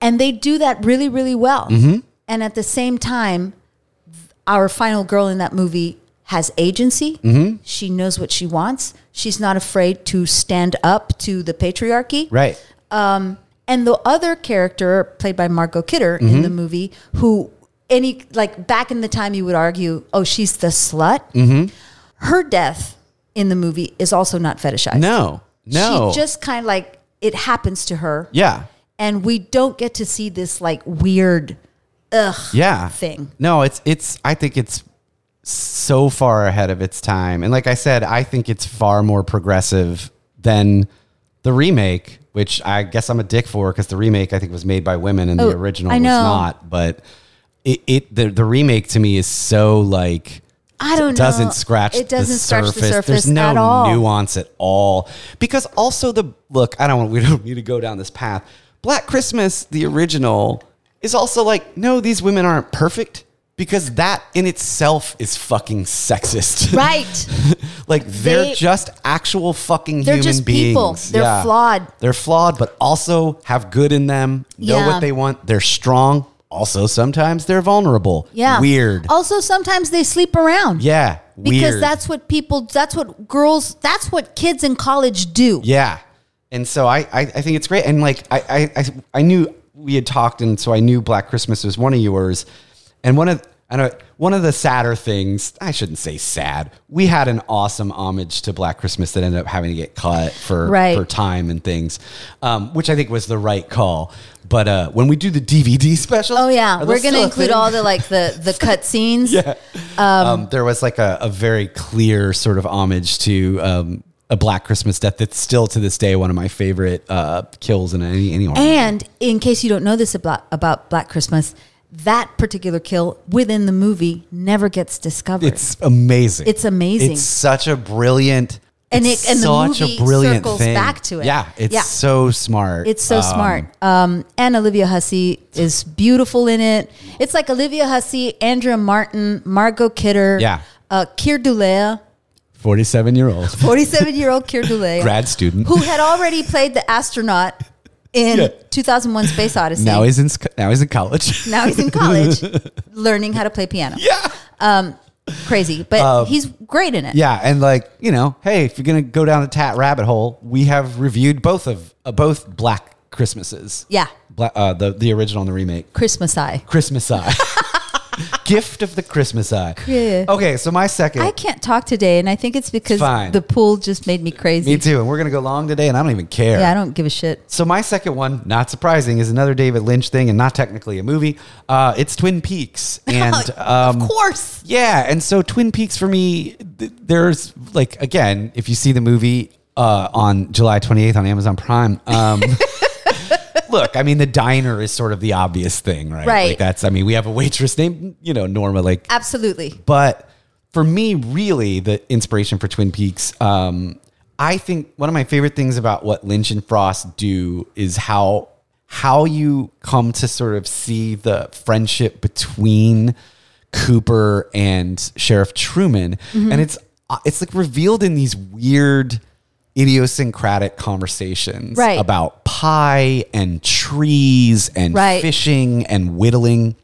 [SPEAKER 1] and they do that really really well
[SPEAKER 2] Mm-hmm.
[SPEAKER 1] and at the same time our final girl in that movie has agency
[SPEAKER 2] Mm-hmm.
[SPEAKER 1] she knows what she wants she's not afraid to stand up to the patriarchy
[SPEAKER 2] right.
[SPEAKER 1] and the other character played by Margot Kidder in the
[SPEAKER 2] Mm-hmm.
[SPEAKER 1] movie, who any like back in the time you would argue, oh, she's the slut.
[SPEAKER 2] Mm-hmm.
[SPEAKER 1] Her death in the movie is also not fetishized.
[SPEAKER 2] No, no.
[SPEAKER 1] she just kind of like it happens to her,
[SPEAKER 2] yeah,
[SPEAKER 1] and we don't get to see this like weird, ugh,
[SPEAKER 2] yeah
[SPEAKER 1] thing.
[SPEAKER 2] No, it's it's. I think it's so far ahead of its time. And like I said, I think it's far more progressive than the remake, which I guess I'm a dick for because the remake I think was made by women and
[SPEAKER 1] Oh,
[SPEAKER 2] the original
[SPEAKER 1] I
[SPEAKER 2] was
[SPEAKER 1] know.
[SPEAKER 2] not. But it, it the, the remake to me is so like
[SPEAKER 1] I don't know.
[SPEAKER 2] doesn't scratch
[SPEAKER 1] It doesn't
[SPEAKER 2] the
[SPEAKER 1] scratch the
[SPEAKER 2] surface. There's
[SPEAKER 1] surface
[SPEAKER 2] no
[SPEAKER 1] at all.
[SPEAKER 2] nuance at all. Because also the look, I don't want we don't need to go down this path. Black Christmas, the original, is also like, no, these women aren't perfect. Because that in itself is fucking sexist.
[SPEAKER 1] Right.
[SPEAKER 2] like they're
[SPEAKER 1] They-
[SPEAKER 2] just actual fucking
[SPEAKER 1] They're
[SPEAKER 2] human
[SPEAKER 1] just
[SPEAKER 2] beings.
[SPEAKER 1] people. They're flawed.
[SPEAKER 2] They're flawed, but also have good in them, know
[SPEAKER 1] Yeah.
[SPEAKER 2] what they want. They're strong. Also, sometimes they're vulnerable.
[SPEAKER 1] Yeah.
[SPEAKER 2] Weird.
[SPEAKER 1] Also, sometimes they sleep around.
[SPEAKER 2] yeah.
[SPEAKER 1] Because
[SPEAKER 2] weird.
[SPEAKER 1] that's what people, that's what girls, that's what kids in college do.
[SPEAKER 2] Yeah. And so I, I, I think it's great. And like I, I, I, I knew we had talked, and so I knew Black Christmas was one of yours. And one of and uh one of the sadder things, I shouldn't say sad. We had an awesome homage to Black Christmas that ended up having to get cut for
[SPEAKER 1] Right.
[SPEAKER 2] for time and things, um, which I think was the right call. But uh, when we do the DVD special,
[SPEAKER 1] Oh, yeah.
[SPEAKER 2] are
[SPEAKER 1] We're going
[SPEAKER 2] those
[SPEAKER 1] to
[SPEAKER 2] still a
[SPEAKER 1] include
[SPEAKER 2] thing?
[SPEAKER 1] all the, like, the, the cut scenes.
[SPEAKER 2] yeah. Um, there was like a, a very clear sort of homage to um, a Black Christmas death that's still to this day one of my favorite uh, kills in any any horror.
[SPEAKER 1] And in case you don't know this about, about Black Christmas, that particular kill within the movie never gets discovered.
[SPEAKER 2] It's amazing.
[SPEAKER 1] It's amazing.
[SPEAKER 2] It's such a brilliant.
[SPEAKER 1] And
[SPEAKER 2] it's
[SPEAKER 1] it- and the
[SPEAKER 2] such
[SPEAKER 1] movie
[SPEAKER 2] a brilliant
[SPEAKER 1] circles
[SPEAKER 2] thing.
[SPEAKER 1] back to it.
[SPEAKER 2] Yeah, it's
[SPEAKER 1] Yeah.
[SPEAKER 2] so smart.
[SPEAKER 1] It's so
[SPEAKER 2] Um,
[SPEAKER 1] smart. Um, and Olivia Hussey is beautiful in it. It's like Olivia Hussey, Andrea Martin, Margot Kidder,
[SPEAKER 2] Yeah.
[SPEAKER 1] uh, Keir Dullea,
[SPEAKER 2] Forty-seven year old
[SPEAKER 1] 47 year old Keir Dullea,
[SPEAKER 2] grad student
[SPEAKER 1] who had already played the astronaut in
[SPEAKER 2] Yeah.
[SPEAKER 1] 2001 Space Odyssey.
[SPEAKER 2] now he's in sc- now he's in college.
[SPEAKER 1] Now he's in college learning how to play piano.
[SPEAKER 2] yeah.
[SPEAKER 1] Crazy, but he's great in it.
[SPEAKER 2] Um, Yeah, and like you know, hey, if you're gonna go down the tat rabbit hole, we have reviewed both of uh, both Black Christmases.
[SPEAKER 1] Yeah.
[SPEAKER 2] Bla- uh, the the original and the remake.
[SPEAKER 1] Christmas Eye.
[SPEAKER 2] Christmas Eye, gift of the Christmas Eye.
[SPEAKER 1] Yeah.
[SPEAKER 2] Okay, so my second.
[SPEAKER 1] I can't talk today, and I think it's because
[SPEAKER 2] Fine.
[SPEAKER 1] the pool just made me crazy.
[SPEAKER 2] me too, and we're gonna go long today, and I don't even care.
[SPEAKER 1] Yeah, I don't give a shit.
[SPEAKER 2] so my second one, not surprising, is another David Lynch thing, and not technically a movie. Uh, it's Twin Peaks,
[SPEAKER 1] Oh,
[SPEAKER 2] and um,
[SPEAKER 1] of course,
[SPEAKER 2] Yeah, and so Twin Peaks for me, th- there's like again, if you see the movie uh, on July 28th on Amazon Prime, um, look, I mean the diner is sort of the obvious thing, right?
[SPEAKER 1] Right.
[SPEAKER 2] Like that's, I mean, we have a waitress named you know Norma, like
[SPEAKER 1] absolutely.
[SPEAKER 2] but for me, really, the inspiration for Twin Peaks, um, I think one of my favorite things about what Lynch and Frost do is how how you come to sort of see the friendship between Cooper and Sheriff Truman, and it's uh, it's like revealed in these weird idiosyncratic conversations
[SPEAKER 1] Right.
[SPEAKER 2] about pie and trees and
[SPEAKER 1] Right.
[SPEAKER 2] fishing and whittling.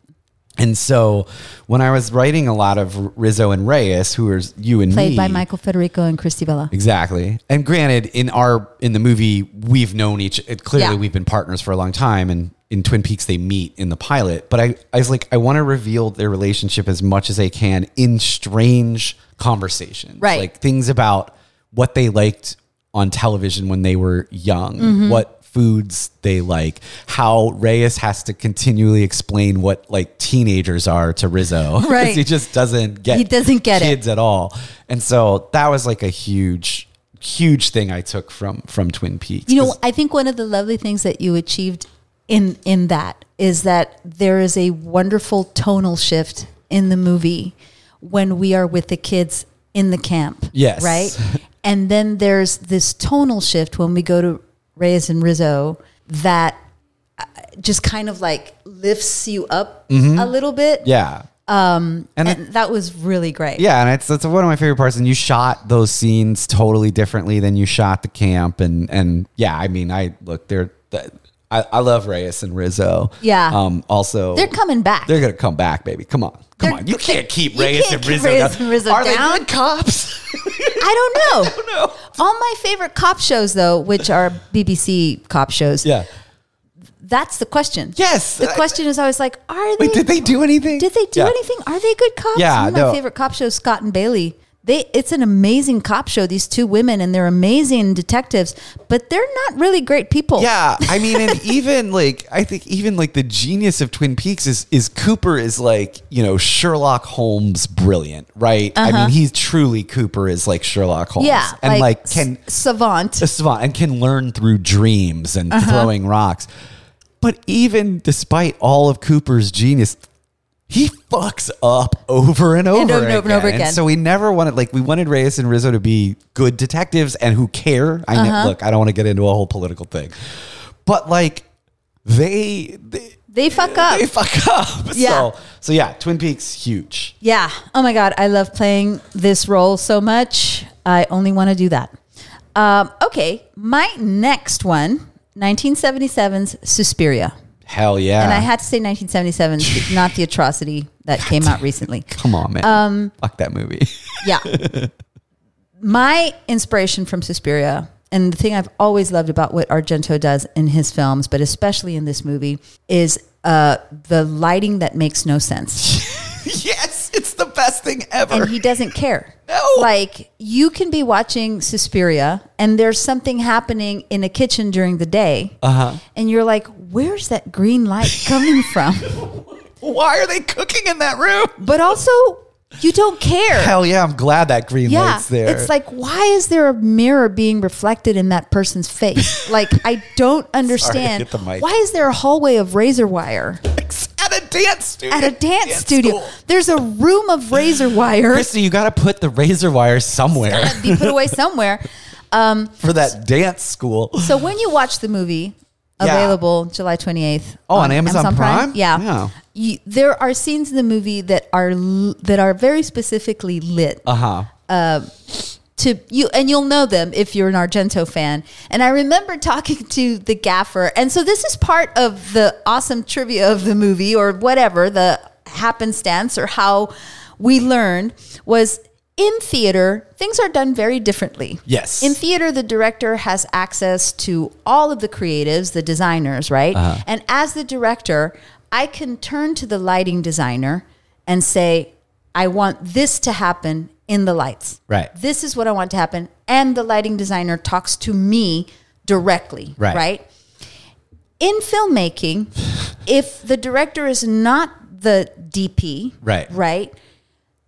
[SPEAKER 2] And so when I was writing a lot of Rizzo and Reyes, who is you and
[SPEAKER 1] Played
[SPEAKER 2] me,
[SPEAKER 1] by Michael Federico and Christy Bella.
[SPEAKER 2] Exactly. And granted, in our in the movie, we've known each. It, clearly,
[SPEAKER 1] Yeah.
[SPEAKER 2] we've been partners for a long time. And in Twin Peaks, they meet in the pilot. But I, I was like, I want to reveal their relationship as much as I can in strange conversations,
[SPEAKER 1] Right.
[SPEAKER 2] Like things about what they liked on television when they were young,
[SPEAKER 1] Mm-hmm.
[SPEAKER 2] what foods they like, how Reyes has to continually explain what like teenagers are to Rizzo, 'Cause
[SPEAKER 1] Right.
[SPEAKER 2] he just doesn't get
[SPEAKER 1] He doesn't get it.
[SPEAKER 2] kids kids at all. And so that was like a huge, huge thing I took from from Twin Peaks.
[SPEAKER 1] You know,
[SPEAKER 2] 'Cause-
[SPEAKER 1] I think one of the lovely things that you achieved in in that is that there is a wonderful tonal shift in the movie when we are with the kids in the camp.
[SPEAKER 2] Yes.
[SPEAKER 1] Right? And then there's this tonal shift when we go to Reyes and Rizzo that uh, just kind of like lifts you up a little bit.
[SPEAKER 2] Mm-hmm. yeah,
[SPEAKER 1] And,
[SPEAKER 2] and
[SPEAKER 1] that was really great.
[SPEAKER 2] yeah, and it's that's one of my favorite parts. And you shot those scenes totally differently than you shot the camp, and and yeah, I mean, I look, they're. th- I, I love Reyes and Rizzo.
[SPEAKER 1] Yeah.
[SPEAKER 2] Um. Also,
[SPEAKER 1] They're coming back.
[SPEAKER 2] They're gonna come back, baby. Come on, come
[SPEAKER 1] They're-
[SPEAKER 2] on. You can't keep
[SPEAKER 1] you
[SPEAKER 2] Reyes
[SPEAKER 1] can't
[SPEAKER 2] and
[SPEAKER 1] keep
[SPEAKER 2] Rizzo.
[SPEAKER 1] Reyes
[SPEAKER 2] down.
[SPEAKER 1] and Rizzo
[SPEAKER 2] Are
[SPEAKER 1] down.
[SPEAKER 2] they good cops?
[SPEAKER 1] I don't know.
[SPEAKER 2] don't know.
[SPEAKER 1] All my favorite cop shows, though, which are BBC cop shows,
[SPEAKER 2] Yeah.
[SPEAKER 1] that's the question.
[SPEAKER 2] Yes.
[SPEAKER 1] The question is always like, are they?
[SPEAKER 2] Wait, did they do anything?
[SPEAKER 1] did they do
[SPEAKER 2] Yeah.
[SPEAKER 1] anything? Are they good cops?
[SPEAKER 2] Yeah,
[SPEAKER 1] One of my
[SPEAKER 2] no.
[SPEAKER 1] favorite cop shows, Scott and Bailey. they it's an amazing cop show these two women and they're amazing detectives but they're not really great people
[SPEAKER 2] Yeah, I mean, and even like I think even like the genius of Twin Peaks is is Cooper is like you know Sherlock Holmes brilliant, right? I mean, he's truly Cooper is like Sherlock Holmes,
[SPEAKER 1] Uh-huh. yeah
[SPEAKER 2] and like, can
[SPEAKER 1] s- savant
[SPEAKER 2] a savant and can learn through dreams and
[SPEAKER 1] Uh-huh.
[SPEAKER 2] throwing rocks. But even despite all of Cooper's genius, he fucks up over and over
[SPEAKER 1] over and over and over again.
[SPEAKER 2] so we never wanted like we wanted Reyes and Rizzo to be good detectives and who care. I
[SPEAKER 1] Uh-huh.
[SPEAKER 2] know, look, I don't want to get into a whole political thing, but like they they,
[SPEAKER 1] they fuck up
[SPEAKER 2] they fuck up.
[SPEAKER 1] Uh, Yeah.
[SPEAKER 2] So so yeah, Twin Peaks huge.
[SPEAKER 1] Yeah. Oh my God. I love playing this role so much. I only want to do that. Um, okay. My next one 1977's Suspiria.
[SPEAKER 2] Hell yeah!
[SPEAKER 1] And I had to say 1977's, not the atrocity that came out recently.
[SPEAKER 2] come on man, um, fuck that movie.
[SPEAKER 1] Yeah. My inspiration from Suspiria and the thing I've always loved about what Argento does in his films, but especially in this movie, is uh, the lighting that makes no sense.
[SPEAKER 2] yes, it's the best thing ever.
[SPEAKER 1] and he doesn't care.
[SPEAKER 2] No.
[SPEAKER 1] Like you can be watching Suspiria and there's something happening in a kitchen during the day. Uh-huh. And you're like, where's that green light coming from?
[SPEAKER 2] Why are they cooking in that room?
[SPEAKER 1] but also you don't care.
[SPEAKER 2] Hell yeah, I'm glad that green
[SPEAKER 1] yeah.
[SPEAKER 2] light's there.
[SPEAKER 1] It's like, why is there a mirror being reflected in that person's face? like I don't understand.
[SPEAKER 2] hit the mic.
[SPEAKER 1] why is there a hallway of razor wire
[SPEAKER 2] at a dance studio.
[SPEAKER 1] at a dance studio? There's a room of razor wire
[SPEAKER 2] Christy, you got to put the razor wire somewhere
[SPEAKER 1] be put away somewhere.
[SPEAKER 2] for that dance school.
[SPEAKER 1] So when you watch the movie,
[SPEAKER 2] Yeah.
[SPEAKER 1] available July 28th.
[SPEAKER 2] Oh, on Amazon Prime?
[SPEAKER 1] Yeah.
[SPEAKER 2] Yeah.
[SPEAKER 1] You, there are scenes in the movie that are l- that are very specifically lit
[SPEAKER 2] Uh huh.
[SPEAKER 1] to you and you'll know them if you're an Argento fan. And I remember talking to the gaffer. And so this is part of the awesome trivia of the movie or whatever the happenstance or how we learned was in theater, things are done very differently.
[SPEAKER 2] Yes.
[SPEAKER 1] In theater, the director has access to all of the creatives, the designers, right?
[SPEAKER 2] Uh-huh.
[SPEAKER 1] And as the director, I can turn to the lighting designer and say, I want this to happen in the lights.
[SPEAKER 2] Right.
[SPEAKER 1] This is what I want to happen. And the lighting designer talks to me directly.
[SPEAKER 2] Right.
[SPEAKER 1] Right. In filmmaking, if the director is not the DP,
[SPEAKER 2] Right.
[SPEAKER 1] Right.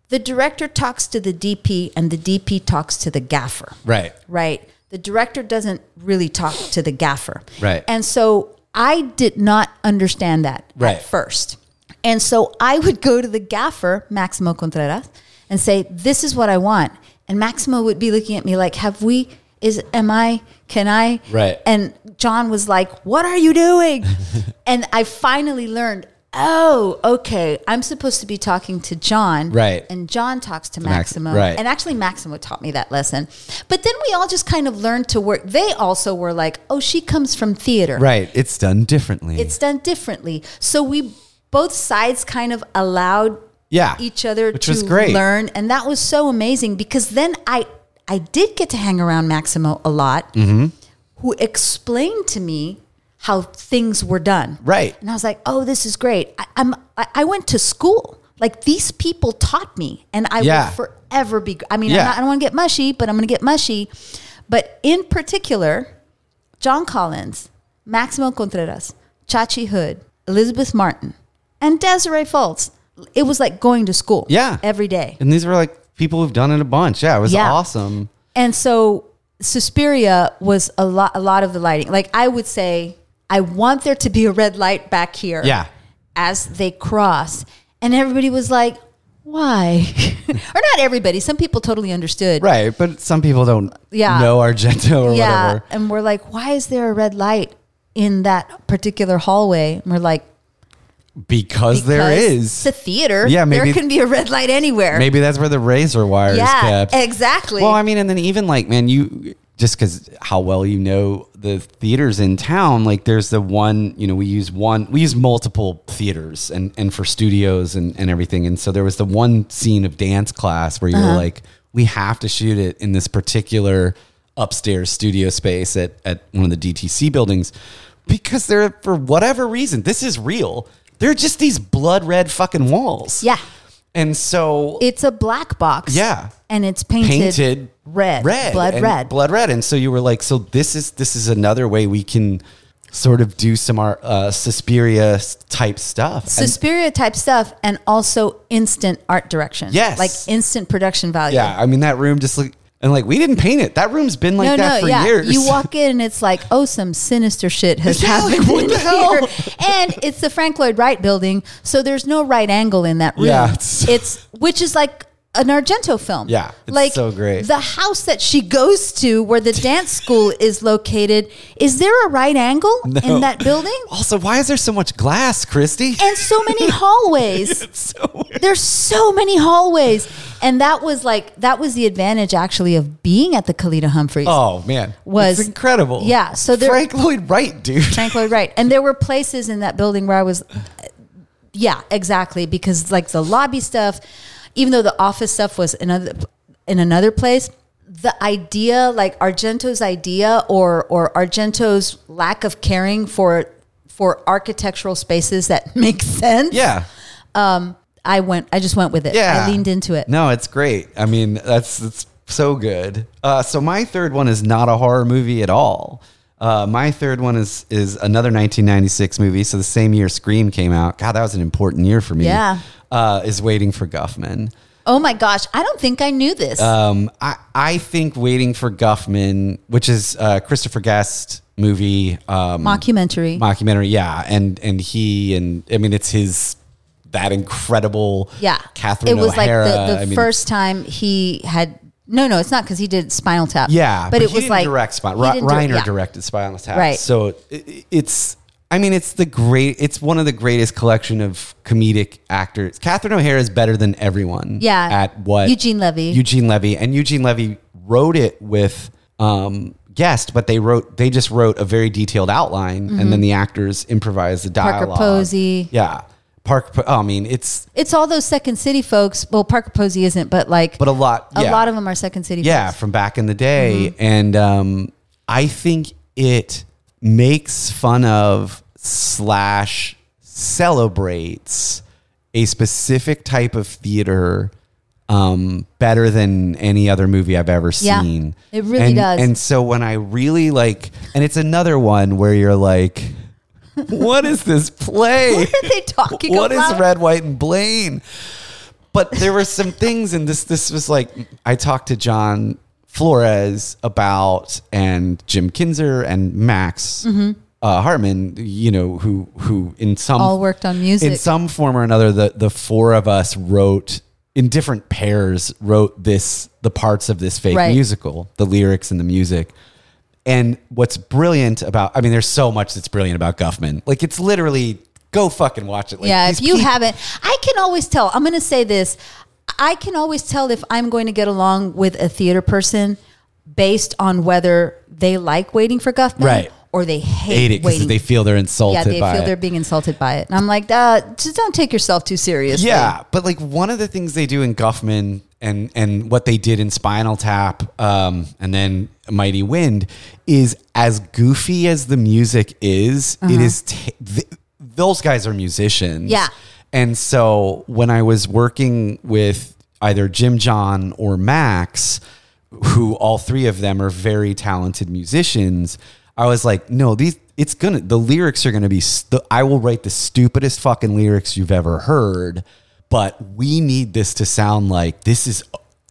[SPEAKER 1] The director talks to the DP and the DP talks to the gaffer
[SPEAKER 2] Right.
[SPEAKER 1] right? The director doesn't really talk to the gaffer.
[SPEAKER 2] Right.
[SPEAKER 1] And so I did not understand that
[SPEAKER 2] Right.
[SPEAKER 1] at first. And so I would go to the gaffer, Maximo Contreras, and say, This is what I want. And Maximo would be looking at me like, Have we, is, am I, can I?
[SPEAKER 2] Right.
[SPEAKER 1] And John was like, What are you doing? and I finally learned, Oh, okay. I'm supposed to be talking to John.
[SPEAKER 2] Right.
[SPEAKER 1] And John talks to
[SPEAKER 2] Max-
[SPEAKER 1] Maximo.
[SPEAKER 2] right.
[SPEAKER 1] And actually, Maximo taught me that lesson. But then we all just kind of learned to work. They also were like, oh, she comes from theater.
[SPEAKER 2] Right. It's done differently.
[SPEAKER 1] It's done differently. So we both sides kind of allowed
[SPEAKER 2] yeah.
[SPEAKER 1] each other
[SPEAKER 2] Which
[SPEAKER 1] to
[SPEAKER 2] was great.
[SPEAKER 1] learn. And that was so amazing because then I, I did get to hang around Maximo a lot,
[SPEAKER 2] Mm-hmm.
[SPEAKER 1] who explained to me how things were done.
[SPEAKER 2] Right.
[SPEAKER 1] And I was like, oh, this is great. I, I'm, I, I went to school. Like these people taught me, and I
[SPEAKER 2] Yeah.
[SPEAKER 1] will forever be. I mean,
[SPEAKER 2] Yeah.
[SPEAKER 1] I'm not, I don't want to get mushy, but I'm going to get mushy. But in particular, John Collins, Maximo Contreras, Chachi Hood, Elizabeth Martin, and Desiree Fultz. It was like going to school.
[SPEAKER 2] Yeah.
[SPEAKER 1] Every day.
[SPEAKER 2] And these were like people who've done it a bunch. Yeah. It was
[SPEAKER 1] Yeah.
[SPEAKER 2] awesome.
[SPEAKER 1] And so Suspiria was a lot a lot of the lighting. Like I would say I want there to be a red light back here.
[SPEAKER 2] Yeah.
[SPEAKER 1] As they cross. And everybody was like, why? or not everybody. Some people totally understood.
[SPEAKER 2] Right. But some people don't
[SPEAKER 1] Yeah.
[SPEAKER 2] know Argento or
[SPEAKER 1] yeah.
[SPEAKER 2] whatever.
[SPEAKER 1] And we're like, why is there a red light in that particular hallway? And we're like,
[SPEAKER 2] Because, there
[SPEAKER 1] because
[SPEAKER 2] is.
[SPEAKER 1] It's a theater.
[SPEAKER 2] Yeah, maybe-
[SPEAKER 1] there can be a red light anywhere.
[SPEAKER 2] Maybe that's where the razor wire is
[SPEAKER 1] yeah,
[SPEAKER 2] kept.
[SPEAKER 1] exactly.
[SPEAKER 2] Well, I mean, and then even like, man, you just because how well you know the theaters in town, like there's the one, you know, we use one, we use multiple theaters and, and for studios and, and everything. And so there was the one scene of dance class where you
[SPEAKER 1] Uh-huh.
[SPEAKER 2] were like, we have to shoot it in this particular upstairs studio space at, at one of the DTC buildings because they're, for whatever reason, this is real. They're just these blood red fucking walls.
[SPEAKER 1] yeah.
[SPEAKER 2] And so
[SPEAKER 1] It's a black box.
[SPEAKER 2] Yeah.
[SPEAKER 1] And it's painted,
[SPEAKER 2] painted
[SPEAKER 1] red,
[SPEAKER 2] red,
[SPEAKER 1] blood
[SPEAKER 2] and
[SPEAKER 1] red.
[SPEAKER 2] blood red. And so you were like, so this is this is another way we can sort of do some our uh, Suspiria type stuff. And-
[SPEAKER 1] Suspiria type stuff and also instant art direction.
[SPEAKER 2] Yes.
[SPEAKER 1] Like instant production value.
[SPEAKER 2] yeah, I mean that room just like and like we didn't paint it. That room's been like
[SPEAKER 1] no,
[SPEAKER 2] that
[SPEAKER 1] no,
[SPEAKER 2] for
[SPEAKER 1] yeah.
[SPEAKER 2] years.
[SPEAKER 1] You walk in and it's like, oh, some sinister shit has
[SPEAKER 2] Yeah, like,
[SPEAKER 1] happened.
[SPEAKER 2] what
[SPEAKER 1] in
[SPEAKER 2] the hell?
[SPEAKER 1] here. And it's the Frank Lloyd Wright building, so there's no right angle in that room.
[SPEAKER 2] Yeah, it's-
[SPEAKER 1] It's which is like an Argento film.
[SPEAKER 2] Yeah, it's
[SPEAKER 1] like
[SPEAKER 2] so great.
[SPEAKER 1] The house that she goes to, where the dance school is located, is there a right angle in that building?
[SPEAKER 2] also, why is there so much glass, Christy?
[SPEAKER 1] And so many hallways.
[SPEAKER 2] so weird.
[SPEAKER 1] There's so many hallways. And that was like that was the advantage actually of being at the Kalita Humphreys.
[SPEAKER 2] Oh man,
[SPEAKER 1] Was-
[SPEAKER 2] it's incredible.
[SPEAKER 1] yeah, so there-
[SPEAKER 2] Frank Lloyd Wright, dude.
[SPEAKER 1] Frank Lloyd Wright. And there were places in that building where I was, yeah, exactly, because like the lobby stuff, even though the office stuff was another in another place, the idea, like Argento's idea or or Argento's lack of caring for for architectural spaces that make sense.
[SPEAKER 2] Yeah,
[SPEAKER 1] I went. I just went with it.
[SPEAKER 2] yeah.
[SPEAKER 1] I leaned into it.
[SPEAKER 2] No, it's great. I mean, that's that's so good. Uh, so my third one is not a horror movie at all. Uh, my third one is is another 1996 movie. So the same year Scream came out. God, that was an important year for me.
[SPEAKER 1] Yeah.
[SPEAKER 2] Uh, is Waiting for Guffman.
[SPEAKER 1] Oh my gosh! I don't think I knew this.
[SPEAKER 2] Um, I, I think Waiting for Guffman, which is uh, Christopher Guest movie, um,
[SPEAKER 1] Mockumentary.
[SPEAKER 2] mockumentary, yeah, and and he and I mean it's his that incredible,
[SPEAKER 1] Yeah,
[SPEAKER 2] Catherine
[SPEAKER 1] It was
[SPEAKER 2] O'Hara.
[SPEAKER 1] like the, the
[SPEAKER 2] I mean,
[SPEAKER 1] first time he had. No, no, it's not because he did Spinal Tap.
[SPEAKER 2] Yeah,
[SPEAKER 1] but, it
[SPEAKER 2] he
[SPEAKER 1] was
[SPEAKER 2] didn't
[SPEAKER 1] like
[SPEAKER 2] direct Spot.
[SPEAKER 1] he didn't do-
[SPEAKER 2] Reiner
[SPEAKER 1] yeah.
[SPEAKER 2] directed Spinal Tap.
[SPEAKER 1] Right.
[SPEAKER 2] So it, it's. I mean, it's the great. It's one of the greatest collection of comedic actors. Catherine O'Hara is better than everyone.
[SPEAKER 1] Yeah.
[SPEAKER 2] At what
[SPEAKER 1] Eugene Levy.
[SPEAKER 2] Eugene Levy and Eugene Levy wrote it with um, guest, but they wrote they just wrote a very detailed outline, and then the actors improvised the
[SPEAKER 1] Mm-hmm. Parker
[SPEAKER 2] dialogue.
[SPEAKER 1] Posey.
[SPEAKER 2] Yeah. Park. Po- oh, I mean, it's
[SPEAKER 1] It's all those Second City folks. Well, Parker Posey isn't, but like,
[SPEAKER 2] but a lot.
[SPEAKER 1] a
[SPEAKER 2] yeah.
[SPEAKER 1] lot of them are Second City.
[SPEAKER 2] yeah
[SPEAKER 1] folks.
[SPEAKER 2] from back in the day
[SPEAKER 1] Mm-hmm.
[SPEAKER 2] and um, i think it makes fun of slash celebrates a specific type of theater um, better than any other movie i've ever
[SPEAKER 1] Yeah,
[SPEAKER 2] seen
[SPEAKER 1] it really
[SPEAKER 2] And-
[SPEAKER 1] does.
[SPEAKER 2] and so when i really like and it's another one where you're like what is this play
[SPEAKER 1] What are they talking
[SPEAKER 2] what is
[SPEAKER 1] about?
[SPEAKER 2] red white and blaine but there were some things and this this was like i talked to john flores about and jim kinzer and max
[SPEAKER 1] Mm-hmm.
[SPEAKER 2] uh, hartman you know who who in some
[SPEAKER 1] All worked on music.
[SPEAKER 2] in some form or another the the four of us wrote in different pairs wrote this the parts of this fake
[SPEAKER 1] Right.
[SPEAKER 2] musical the lyrics and the music and what's brilliant about i mean there's so much that's brilliant about guffman like it's literally go fucking watch it like
[SPEAKER 1] yeah,
[SPEAKER 2] these
[SPEAKER 1] if you
[SPEAKER 2] peop-
[SPEAKER 1] haven't, I can always tell. I'm going to say this. I can always tell if I'm going to get along with a theater person based on whether they like waiting for Guffman
[SPEAKER 2] Right.
[SPEAKER 1] or they hate,
[SPEAKER 2] hate it because
[SPEAKER 1] waiting.
[SPEAKER 2] they feel they're insulted
[SPEAKER 1] yeah, they
[SPEAKER 2] by
[SPEAKER 1] feel
[SPEAKER 2] it.
[SPEAKER 1] they're being insulted by it. And I'm like, uh, just don't take yourself too seriously.
[SPEAKER 2] Yeah, but like one of the things they do in Guffman and and what they did in Spinal Tap um, and then Mighty Wind is as goofy as the music is. it is t- th- those guys are musicians.
[SPEAKER 1] Uh-huh. Yeah.
[SPEAKER 2] and so when I was working with either Jim John or Max, who all three of them are very talented musicians. I was like, no, these it's gonna the lyrics are gonna be. Stu- I will write the stupidest fucking lyrics you've ever heard, but we need this to sound like this is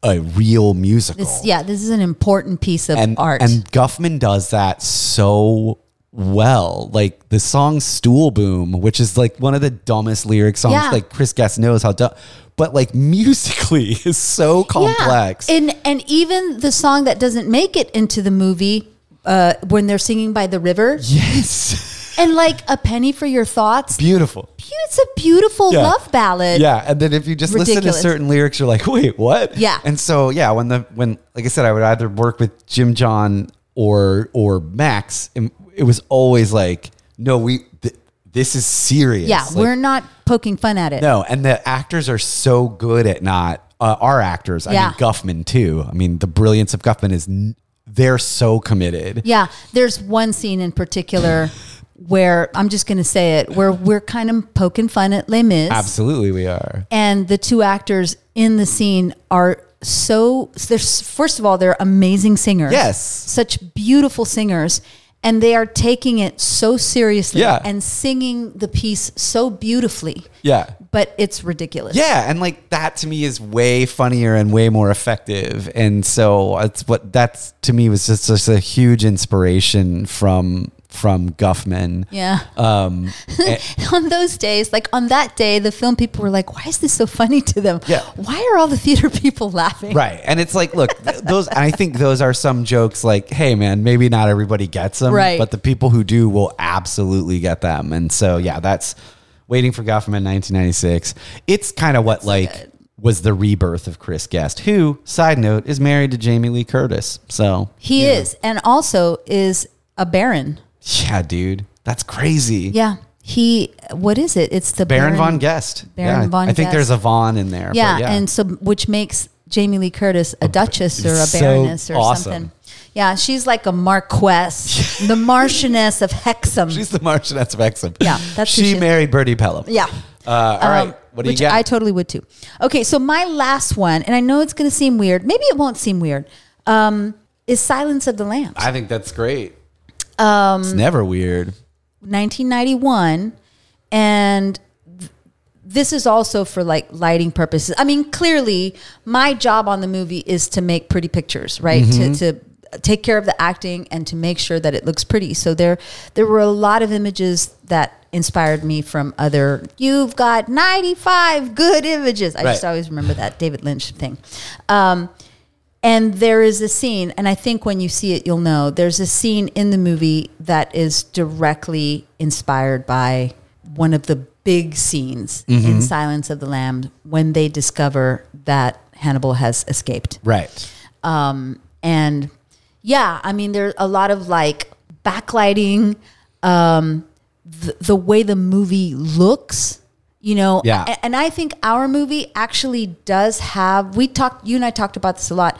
[SPEAKER 2] a real musical.
[SPEAKER 1] This, yeah, this is an important piece of
[SPEAKER 2] and
[SPEAKER 1] art.
[SPEAKER 2] and Guffman does that so well. Like the song "Stool Boom," which is like one of the dumbest lyric songs.
[SPEAKER 1] Yeah.
[SPEAKER 2] Like Chris Guest knows how dumb, but like musically is so complex.
[SPEAKER 1] Yeah. And and even the song that doesn't make it into the movie uh, when they're singing by the river
[SPEAKER 2] yes.
[SPEAKER 1] and like a penny for your thoughts.
[SPEAKER 2] Beautiful.
[SPEAKER 1] It's a beautiful
[SPEAKER 2] Yeah.
[SPEAKER 1] love ballad.
[SPEAKER 2] Yeah, and then if you just listen to
[SPEAKER 1] Ridiculous.
[SPEAKER 2] certain lyrics, you're like, wait, what?
[SPEAKER 1] Yeah.
[SPEAKER 2] And so yeah, when the when like I said, I would either work with Jim John or or Max, and it was always like, no, we th- this is serious.
[SPEAKER 1] Yeah,
[SPEAKER 2] Like,
[SPEAKER 1] we're not poking fun at it.
[SPEAKER 2] no, and the actors are so good at not uh, our actors. I
[SPEAKER 1] Yeah.
[SPEAKER 2] mean Guffman too. I mean the brilliance of Guffman is n- they're so committed.
[SPEAKER 1] Yeah, there's one scene in particular where I'm just going to say it, where we're kind of poking fun at Les Mis.
[SPEAKER 2] Absolutely, we are.
[SPEAKER 1] and the two actors in the scene are so they're first of all they're amazing singers
[SPEAKER 2] Yes.
[SPEAKER 1] such beautiful singers and they are taking it so seriously
[SPEAKER 2] Yeah.
[SPEAKER 1] and singing the piece so beautifully
[SPEAKER 2] Yeah.
[SPEAKER 1] but it's ridiculous
[SPEAKER 2] Yeah, and like that to me is way funnier and way more effective. And so it's what that's to me was just, just a huge inspiration from from Guffman.
[SPEAKER 1] yeah
[SPEAKER 2] Um eh,
[SPEAKER 1] on those days like on that day the film people were like why is this so funny to them
[SPEAKER 2] Yeah.
[SPEAKER 1] why are all the theater people laughing
[SPEAKER 2] right. And it's like look, th- those and I think those are some jokes like, hey man, maybe not everybody gets them,
[SPEAKER 1] Right.
[SPEAKER 2] but the people who do will absolutely get them. And so yeah, that's Waiting for Guffman 1996. It's kind of what like was the rebirth of Chris Guest, who, side note, is married to Jamie Lee Curtis. So
[SPEAKER 1] he is and also is a baron
[SPEAKER 2] Yeah, dude. That's crazy.
[SPEAKER 1] yeah he what is it it's the
[SPEAKER 2] Baron, von Guest.
[SPEAKER 1] Baron
[SPEAKER 2] yeah.
[SPEAKER 1] von
[SPEAKER 2] I think
[SPEAKER 1] Guest.
[SPEAKER 2] there's a von in there. but Oh,
[SPEAKER 1] Yeah, and so which makes Jamie Lee Curtis a duchess or a
[SPEAKER 2] so
[SPEAKER 1] baroness or
[SPEAKER 2] awesome.
[SPEAKER 1] something. Yeah, she's like a marquess, the marchioness of Hexham.
[SPEAKER 2] she's the Marchioness of Exham.
[SPEAKER 1] Yeah, that's who
[SPEAKER 2] she,
[SPEAKER 1] she is.
[SPEAKER 2] married Bertie Pelham.
[SPEAKER 1] yeah.
[SPEAKER 2] Uh, all right.
[SPEAKER 1] Um,
[SPEAKER 2] What do you
[SPEAKER 1] which
[SPEAKER 2] got?
[SPEAKER 1] I totally would too. Okay, so my last one, and I know it's going to seem weird. Maybe it won't seem weird. Um, is Silence of the Lambs,
[SPEAKER 2] I think that's great. Um, it's never weird.
[SPEAKER 1] 1991, and th- this is also for like lighting purposes. I mean, clearly, my job on the movie is to make pretty pictures, right? To, to take care of the acting and to make sure that it looks pretty. So there, there were a lot of images that inspired me from other. You've got 95 good images. I just
[SPEAKER 2] Right.
[SPEAKER 1] always remember that David Lynch thing. Um, and there is a scene, and I think when you see it, you'll know there's a scene in the movie that is directly inspired by one of the big scenes in Silence of the Lambs when they discover that Hannibal has escaped.
[SPEAKER 2] Right.
[SPEAKER 1] Um, and yeah, I mean, there's a lot of like backlighting, um, the, the way the movie looks, you know.
[SPEAKER 2] Yeah.
[SPEAKER 1] A- and I think our movie actually does have, we talked, you and I talked about this a lot.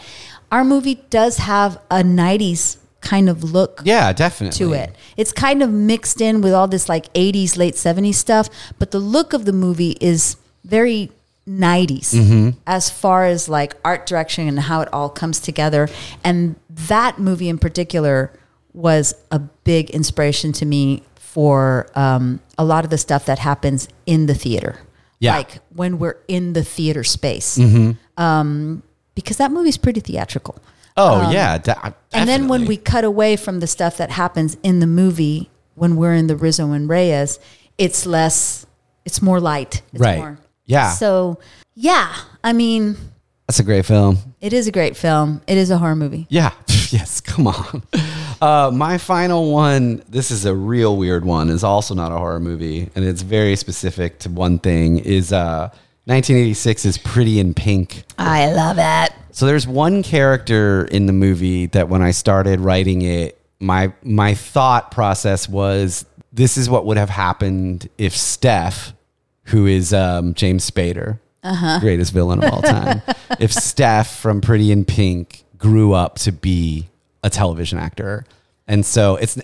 [SPEAKER 1] Our movie does have a 90s kind of look
[SPEAKER 2] Yeah, definitely.
[SPEAKER 1] to it. It's kind of mixed in with all this like 80s, late 70s stuff, but the look of the movie is very 90s
[SPEAKER 2] Mm-hmm.
[SPEAKER 1] as far as like art direction and how it all comes together. And that movie in particular was a big inspiration to me for um, a lot of the stuff that happens in the theater.
[SPEAKER 2] Yeah. Mm-hmm.
[SPEAKER 1] Like when we're in the theater space. Um, because that movie's pretty theatrical
[SPEAKER 2] Oh, yeah. de-
[SPEAKER 1] Um, and then when
[SPEAKER 2] definitely.
[SPEAKER 1] we cut away from the stuff that happens in the movie when we're in the Rizzo and Reyes, it's less, it's more light. It's
[SPEAKER 2] Right.
[SPEAKER 1] More.
[SPEAKER 2] Yeah.
[SPEAKER 1] So, yeah, I mean,
[SPEAKER 2] That's a great film.
[SPEAKER 1] it is a great film. It is a horror movie.
[SPEAKER 2] Yeah. yes. Come on. Uh, my final one. This is a real weird one. It's also not a horror movie, and it's very specific to one thing. Is uh, 1986 is Pretty in Pink.
[SPEAKER 1] I love it.
[SPEAKER 2] So there's one character in the movie that when I started writing it, my my thought process was this is what would have happened if Steph, who is um, James Spader,
[SPEAKER 1] Uh-huh.
[SPEAKER 2] greatest villain of all time, if Steph from Pretty in Pink grew up to be a television actor, and so it's.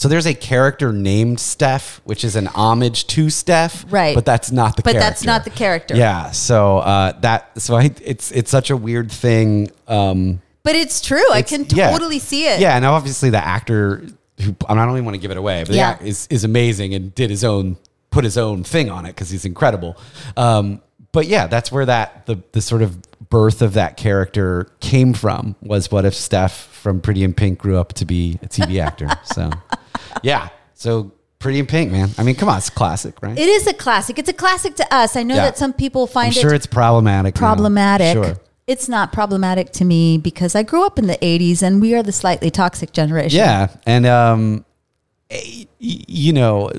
[SPEAKER 2] So there's a character named Steph, which is an homage to Steph,
[SPEAKER 1] Right.
[SPEAKER 2] But that's not the
[SPEAKER 1] But
[SPEAKER 2] character.
[SPEAKER 1] that's not the character.
[SPEAKER 2] Yeah. So uh, that so I it's it's such a weird thing. Um,
[SPEAKER 1] But it's true. I can
[SPEAKER 2] yeah.
[SPEAKER 1] totally see it.
[SPEAKER 2] Yeah, and obviously the actor who I don't even want to give it away, but
[SPEAKER 1] Yeah.
[SPEAKER 2] yeah, is is amazing and did his own put his own thing on it because he's incredible. Um, but yeah, that's where that the the sort of birth of that character came from was what if Steph from Pretty in Pink grew up to be a TV actor. So yeah, so Pretty in Pink, man. I mean, come on, it's a classic, right?
[SPEAKER 1] It is a classic. It's a classic to us. I know
[SPEAKER 2] Yeah.
[SPEAKER 1] that some people
[SPEAKER 2] I'm
[SPEAKER 1] find it
[SPEAKER 2] sure it's problematic. now.
[SPEAKER 1] problematic.
[SPEAKER 2] Sure.
[SPEAKER 1] It's not problematic to me because I grew up in the 80s and we are the slightly toxic generation.
[SPEAKER 2] Yeah, and um, eh, y- you know,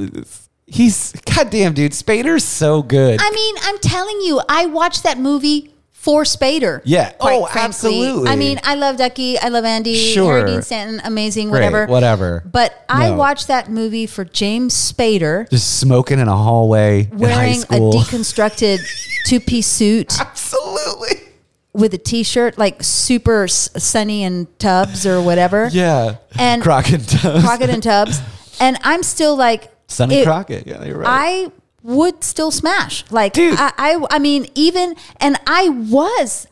[SPEAKER 2] he's goddamn dude. Spader's so good.
[SPEAKER 1] I mean, I'm telling you, I watched that movie for Spader.
[SPEAKER 2] Yeah.
[SPEAKER 1] quite
[SPEAKER 2] Oh, absolutely.
[SPEAKER 1] I mean, I love Ducky. I love Andy.
[SPEAKER 2] Sure.
[SPEAKER 1] Harry Dean Stanton, amazing,
[SPEAKER 2] Great,
[SPEAKER 1] whatever.
[SPEAKER 2] whatever.
[SPEAKER 1] But I
[SPEAKER 2] No.
[SPEAKER 1] watched that movie for James Spader
[SPEAKER 2] Just smoking in a hallway in high
[SPEAKER 1] wearing a
[SPEAKER 2] school.
[SPEAKER 1] deconstructed two piece suit
[SPEAKER 2] Absolutely.
[SPEAKER 1] with a t shirt, like super s- sunny and tubs or whatever.
[SPEAKER 2] Yeah.
[SPEAKER 1] And-
[SPEAKER 2] Croc and Tubbs.
[SPEAKER 1] Crockett and Tubbs. and I'm still like
[SPEAKER 2] Sonny
[SPEAKER 1] it-
[SPEAKER 2] Crockett. Yeah, you're right.
[SPEAKER 1] I would still smash. Like
[SPEAKER 2] Dude.
[SPEAKER 1] I, I I mean even and I was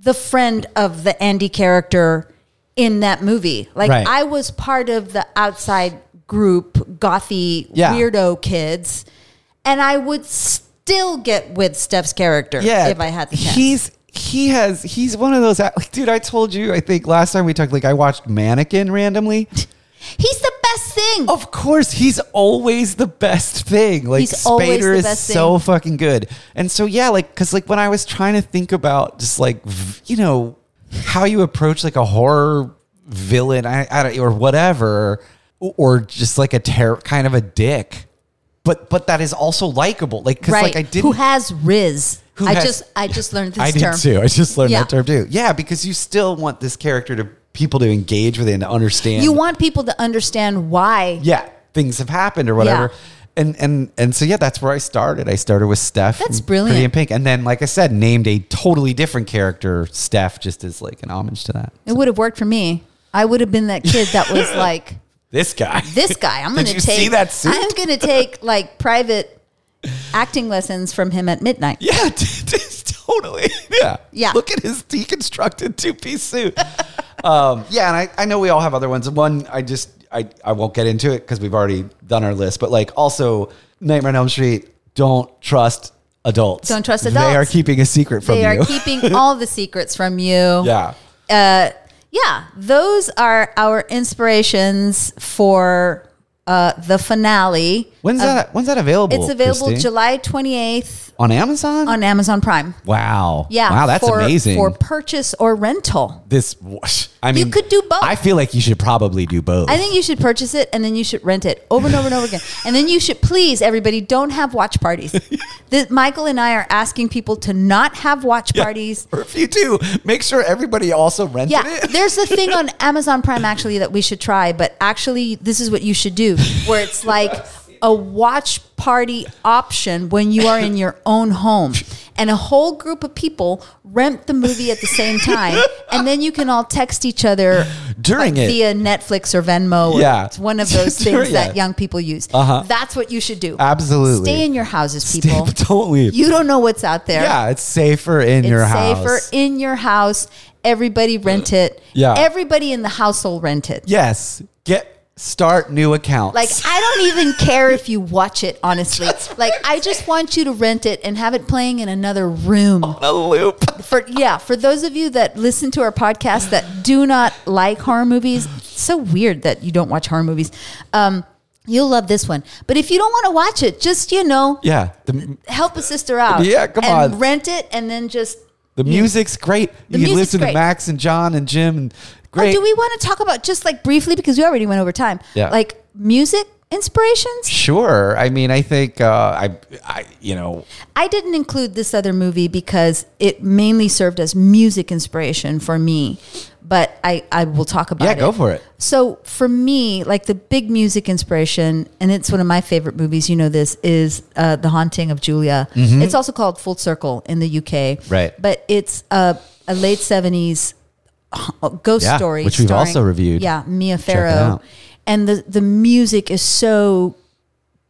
[SPEAKER 1] the friend of the Andy character in that movie. Like
[SPEAKER 2] Right.
[SPEAKER 1] I was part of the outside group gothy
[SPEAKER 2] Yeah.
[SPEAKER 1] weirdo kids and I would still get with Steph's character
[SPEAKER 2] yeah,
[SPEAKER 1] if I had the chance.
[SPEAKER 2] He's he has he's one of those like, dude. I told you. I think last time we talked, like I watched Mannequin randomly.
[SPEAKER 1] he's the best thing.
[SPEAKER 2] Of course, he's always the best thing. Like
[SPEAKER 1] He's always
[SPEAKER 2] Spader
[SPEAKER 1] the
[SPEAKER 2] is
[SPEAKER 1] best
[SPEAKER 2] so fucking good. And so yeah, like because like when I was trying to think about just like v- you know how you approach like a horror villain, I, I don't, or whatever, or just like a terror kind of a dick. But but that is also likable. Like because
[SPEAKER 1] right.
[SPEAKER 2] like I didn't
[SPEAKER 1] Who has Riz?
[SPEAKER 2] Who
[SPEAKER 1] I
[SPEAKER 2] has-
[SPEAKER 1] just I just learned this
[SPEAKER 2] I
[SPEAKER 1] term.
[SPEAKER 2] did too. I just learned
[SPEAKER 1] Yeah.
[SPEAKER 2] that term too. Yeah, because you still want this character to people to engage with it and to understand.
[SPEAKER 1] You want people to understand why
[SPEAKER 2] yeah, things have happened or whatever. And and and so yeah, that's where I started. I started with Steph.
[SPEAKER 1] That's
[SPEAKER 2] from
[SPEAKER 1] brilliant.
[SPEAKER 2] Pretty in Pink, and then like I said, named a totally different character, Steph, just as like an homage to that.
[SPEAKER 1] It would have worked for me. I would have been that kid that was like,
[SPEAKER 2] This guy.
[SPEAKER 1] this guy, I'm
[SPEAKER 2] Did
[SPEAKER 1] going to
[SPEAKER 2] you
[SPEAKER 1] take
[SPEAKER 2] see that suit?
[SPEAKER 1] I'm going to take like private acting lessons from him at midnight.
[SPEAKER 2] Yeah, totally. Yeah.
[SPEAKER 1] Yeah.
[SPEAKER 2] Look at his deconstructed two piece suit. um, yeah, and I, I know we all have other ones. One, I just, I, I won't get into it because we've already done our list, but like also Nightmare on Elm Street, don't trust adults.
[SPEAKER 1] Don't trust
[SPEAKER 2] They
[SPEAKER 1] adults.
[SPEAKER 2] are keeping a secret from
[SPEAKER 1] They are
[SPEAKER 2] you.
[SPEAKER 1] keeping all the secrets from you. Yeah.
[SPEAKER 2] yeah.
[SPEAKER 1] Uh, yeah, those are our inspirations for uh, the finale.
[SPEAKER 2] When's
[SPEAKER 1] of-
[SPEAKER 2] that? When's that available?
[SPEAKER 1] It's available
[SPEAKER 2] Christine?
[SPEAKER 1] July 28th
[SPEAKER 2] on Amazon.
[SPEAKER 1] on Amazon Prime.
[SPEAKER 2] wow.
[SPEAKER 1] Yeah.
[SPEAKER 2] Wow, that's
[SPEAKER 1] for-
[SPEAKER 2] amazing.
[SPEAKER 1] For purchase or rental.
[SPEAKER 2] this, I mean,
[SPEAKER 1] could do both.
[SPEAKER 2] I feel like you should probably do both.
[SPEAKER 1] I think you should purchase it and then you should rent it over and over and over again. And then you should please everybody don't have watch parties. This, Michael and I are asking people to not have watch parties.
[SPEAKER 2] or if you do, make sure everybody also rented
[SPEAKER 1] Yeah,
[SPEAKER 2] it.
[SPEAKER 1] there's a thing on Amazon Prime actually that we should try, but actually this is what you should do where it's like a watch party option when you are in your own home and a whole group of people rent the movie at the same time and then you can all text each other
[SPEAKER 2] during it.
[SPEAKER 1] via Netflix or Venmo. Or
[SPEAKER 2] Yeah.
[SPEAKER 1] It's one of those
[SPEAKER 2] Sure,
[SPEAKER 1] things that
[SPEAKER 2] yeah.
[SPEAKER 1] young people use. That's what you should do.
[SPEAKER 2] Absolutely.
[SPEAKER 1] Stay in your houses, people.
[SPEAKER 2] Don't leave.
[SPEAKER 1] You don't know what's out there.
[SPEAKER 2] yeah, it's safer in
[SPEAKER 1] It's
[SPEAKER 2] your
[SPEAKER 1] safer
[SPEAKER 2] house.
[SPEAKER 1] in your house. Everybody rent it.
[SPEAKER 2] Yeah.
[SPEAKER 1] Everybody in the household rent it.
[SPEAKER 2] yes. Get start new accounts.
[SPEAKER 1] Like I don't even care if you watch it, honestly. Like I just want you to rent it and have it playing in another room.
[SPEAKER 2] a loop.
[SPEAKER 1] For yeah, for those of you that listen to our podcast that do not like horror movies, it's so weird that you don't watch horror movies. Um, you'll love this one. But if you don't want to watch it, just you know,
[SPEAKER 2] Yeah. The,
[SPEAKER 1] help a sister out.
[SPEAKER 2] Yeah, come
[SPEAKER 1] and
[SPEAKER 2] on.
[SPEAKER 1] Rent it and then just.
[SPEAKER 2] the music's great.
[SPEAKER 1] The
[SPEAKER 2] you can
[SPEAKER 1] music's
[SPEAKER 2] listen to
[SPEAKER 1] great.
[SPEAKER 2] Max and John and Jim and
[SPEAKER 1] Oh,
[SPEAKER 2] great.
[SPEAKER 1] do we want to talk about just like briefly because we already went over time?
[SPEAKER 2] Yeah.
[SPEAKER 1] Like music inspirations.
[SPEAKER 2] sure. I mean, I think uh, I I you know,
[SPEAKER 1] I didn't include this other movie because it mainly served as music inspiration for me. But I, I will talk about
[SPEAKER 2] Yeah,
[SPEAKER 1] it.
[SPEAKER 2] go for it.
[SPEAKER 1] So for me, like the big music inspiration, and it's one of my favorite movies. You know this is uh, the Haunting of Julia. It's also called Full Circle in the UK.
[SPEAKER 2] Mm-hmm. Right.
[SPEAKER 1] But it's a, a late seventies uh, ghost
[SPEAKER 2] Yeah,
[SPEAKER 1] story,
[SPEAKER 2] which we've also reviewed.
[SPEAKER 1] Yeah, Mia
[SPEAKER 2] it
[SPEAKER 1] Farrow,
[SPEAKER 2] out.
[SPEAKER 1] and the the music is so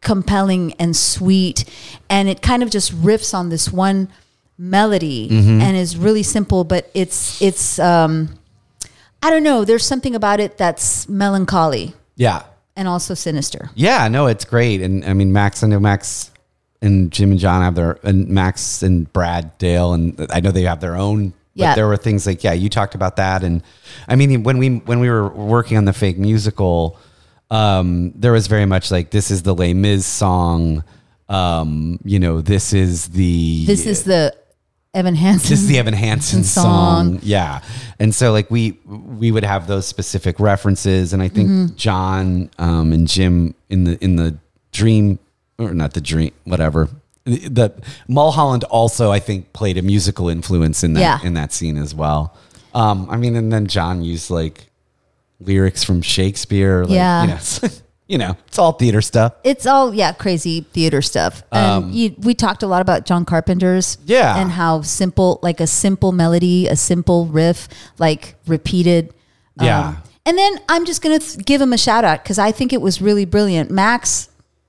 [SPEAKER 1] compelling and sweet, and it kind of just riffs on this one melody and is really simple, but it's it's um, I don't know. There's something about it that's melancholy
[SPEAKER 2] yeah.
[SPEAKER 1] and also sinister.
[SPEAKER 2] Yeah, no, it's great. And I mean, Max, I know Max and Jim and John have their, and Max and Brad Dale, and I know they have their own. But
[SPEAKER 1] Yeah.
[SPEAKER 2] there were things like, yeah, you talked about that, and I mean, when we when we were working on the fake musical, um, there was very much like this is the Les Mis song, um, you know, this is the
[SPEAKER 1] This is the Evan Hansen.
[SPEAKER 2] this is the Evan Hansen song.
[SPEAKER 1] song.
[SPEAKER 2] Yeah. And so like we we would have those specific references and I think John um, and Jim in the in the dream or not the dream whatever the, the Mulholland also I think played a musical influence in that
[SPEAKER 1] Yeah.
[SPEAKER 2] in that scene as well. Um, I mean and then John used like lyrics from Shakespeare like
[SPEAKER 1] Yeah.
[SPEAKER 2] you know it's, you know it's all theater stuff.
[SPEAKER 1] it's all yeah crazy theater stuff and you, we talked a lot about john carpenter's
[SPEAKER 2] Um, Yeah.
[SPEAKER 1] and how simple like a simple melody a simple riff like repeated Um,
[SPEAKER 2] Yeah.
[SPEAKER 1] And then I'm just going to th- give him a shout out because I think it was really brilliant. Max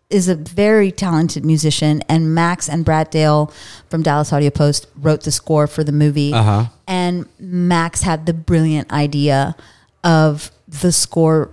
[SPEAKER 1] is a very talented musician, and Max and Brad Dale from Dallas Audio Post wrote the score for the movie.
[SPEAKER 2] Uh-huh.
[SPEAKER 1] And Max had the brilliant idea of the score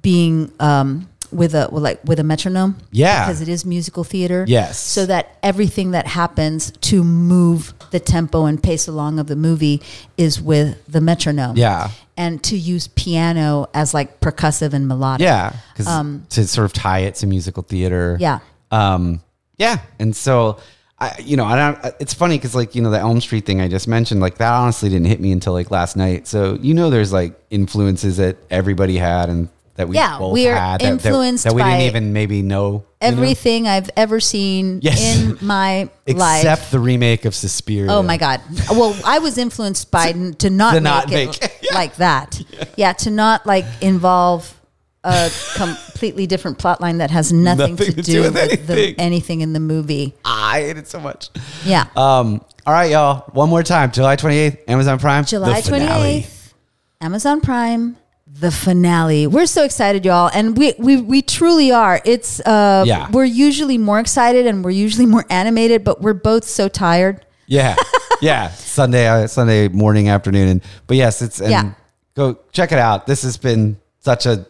[SPEAKER 1] being um, with a well, like with a metronome.
[SPEAKER 2] Yeah.
[SPEAKER 1] because it is musical theater.
[SPEAKER 2] Yes.
[SPEAKER 1] so that everything that happens to move the tempo and pace along of the movie is with the metronome
[SPEAKER 2] Yeah.
[SPEAKER 1] and to use piano as like percussive and melodic.
[SPEAKER 2] Yeah, 'cause to sort of tie it to musical theater.
[SPEAKER 1] Yeah.
[SPEAKER 2] um, yeah. And so, I, you know, I don't. It's funny because, like, you know, the Elm Street thing I just mentioned, like, that honestly didn't hit me until like last night. So, you know, there's like influences that everybody had and that we
[SPEAKER 1] Yeah,
[SPEAKER 2] both
[SPEAKER 1] we are
[SPEAKER 2] had that- that,
[SPEAKER 1] influenced
[SPEAKER 2] that, we
[SPEAKER 1] by
[SPEAKER 2] didn't even maybe know you know?
[SPEAKER 1] Everything I've ever seen
[SPEAKER 2] Yes.
[SPEAKER 1] in my
[SPEAKER 2] except
[SPEAKER 1] life.
[SPEAKER 2] the remake of Suspiria.
[SPEAKER 1] Oh my God. Well, I was influenced by n- to not,
[SPEAKER 2] To
[SPEAKER 1] make,
[SPEAKER 2] not
[SPEAKER 1] it
[SPEAKER 2] make-
[SPEAKER 1] l- like that. Yeah. to not like involve a completely different plot line that has nothing, to, do, with
[SPEAKER 2] anything.
[SPEAKER 1] The, anything in the movie.
[SPEAKER 2] Ah, I hate it so much.
[SPEAKER 1] Yeah.
[SPEAKER 2] Um. All right, y'all. One more time, July 28th, Amazon Prime.
[SPEAKER 1] July
[SPEAKER 2] the finale.
[SPEAKER 1] 28th, Amazon Prime, the finale. We're so excited, y'all. And we, we, we truly are. It's, uh,
[SPEAKER 2] Yeah.
[SPEAKER 1] we're usually more excited and we're usually more animated, but we're both so tired.
[SPEAKER 2] Yeah, yeah. Sunday, uh, Sunday morning, afternoon, and but yes, it's and
[SPEAKER 1] Yeah.
[SPEAKER 2] Go check it out. This has been such a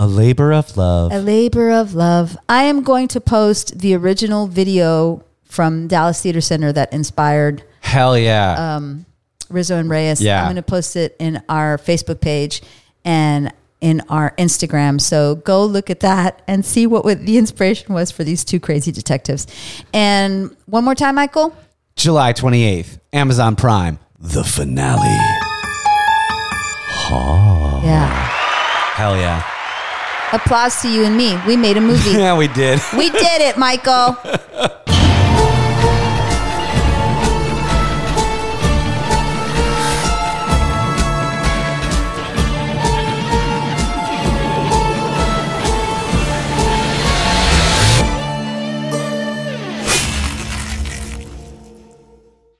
[SPEAKER 2] a labor of love.
[SPEAKER 1] A labor of love. I am going to post the original video from Dallas Theater Center that inspired
[SPEAKER 2] Hell yeah,
[SPEAKER 1] Rizzo and Reyes.
[SPEAKER 2] Yeah.
[SPEAKER 1] I'm going to post it in our Facebook page and in our Instagram. So go look at that and see what would- the inspiration was for these two crazy detectives. And one more time, Michael.
[SPEAKER 2] July twenty eighth, Amazon Prime, the finale.
[SPEAKER 1] Yeah.
[SPEAKER 2] Hell yeah,
[SPEAKER 1] Applause to you and me. We made a movie.
[SPEAKER 2] yeah, we did.
[SPEAKER 1] we did it, Michael.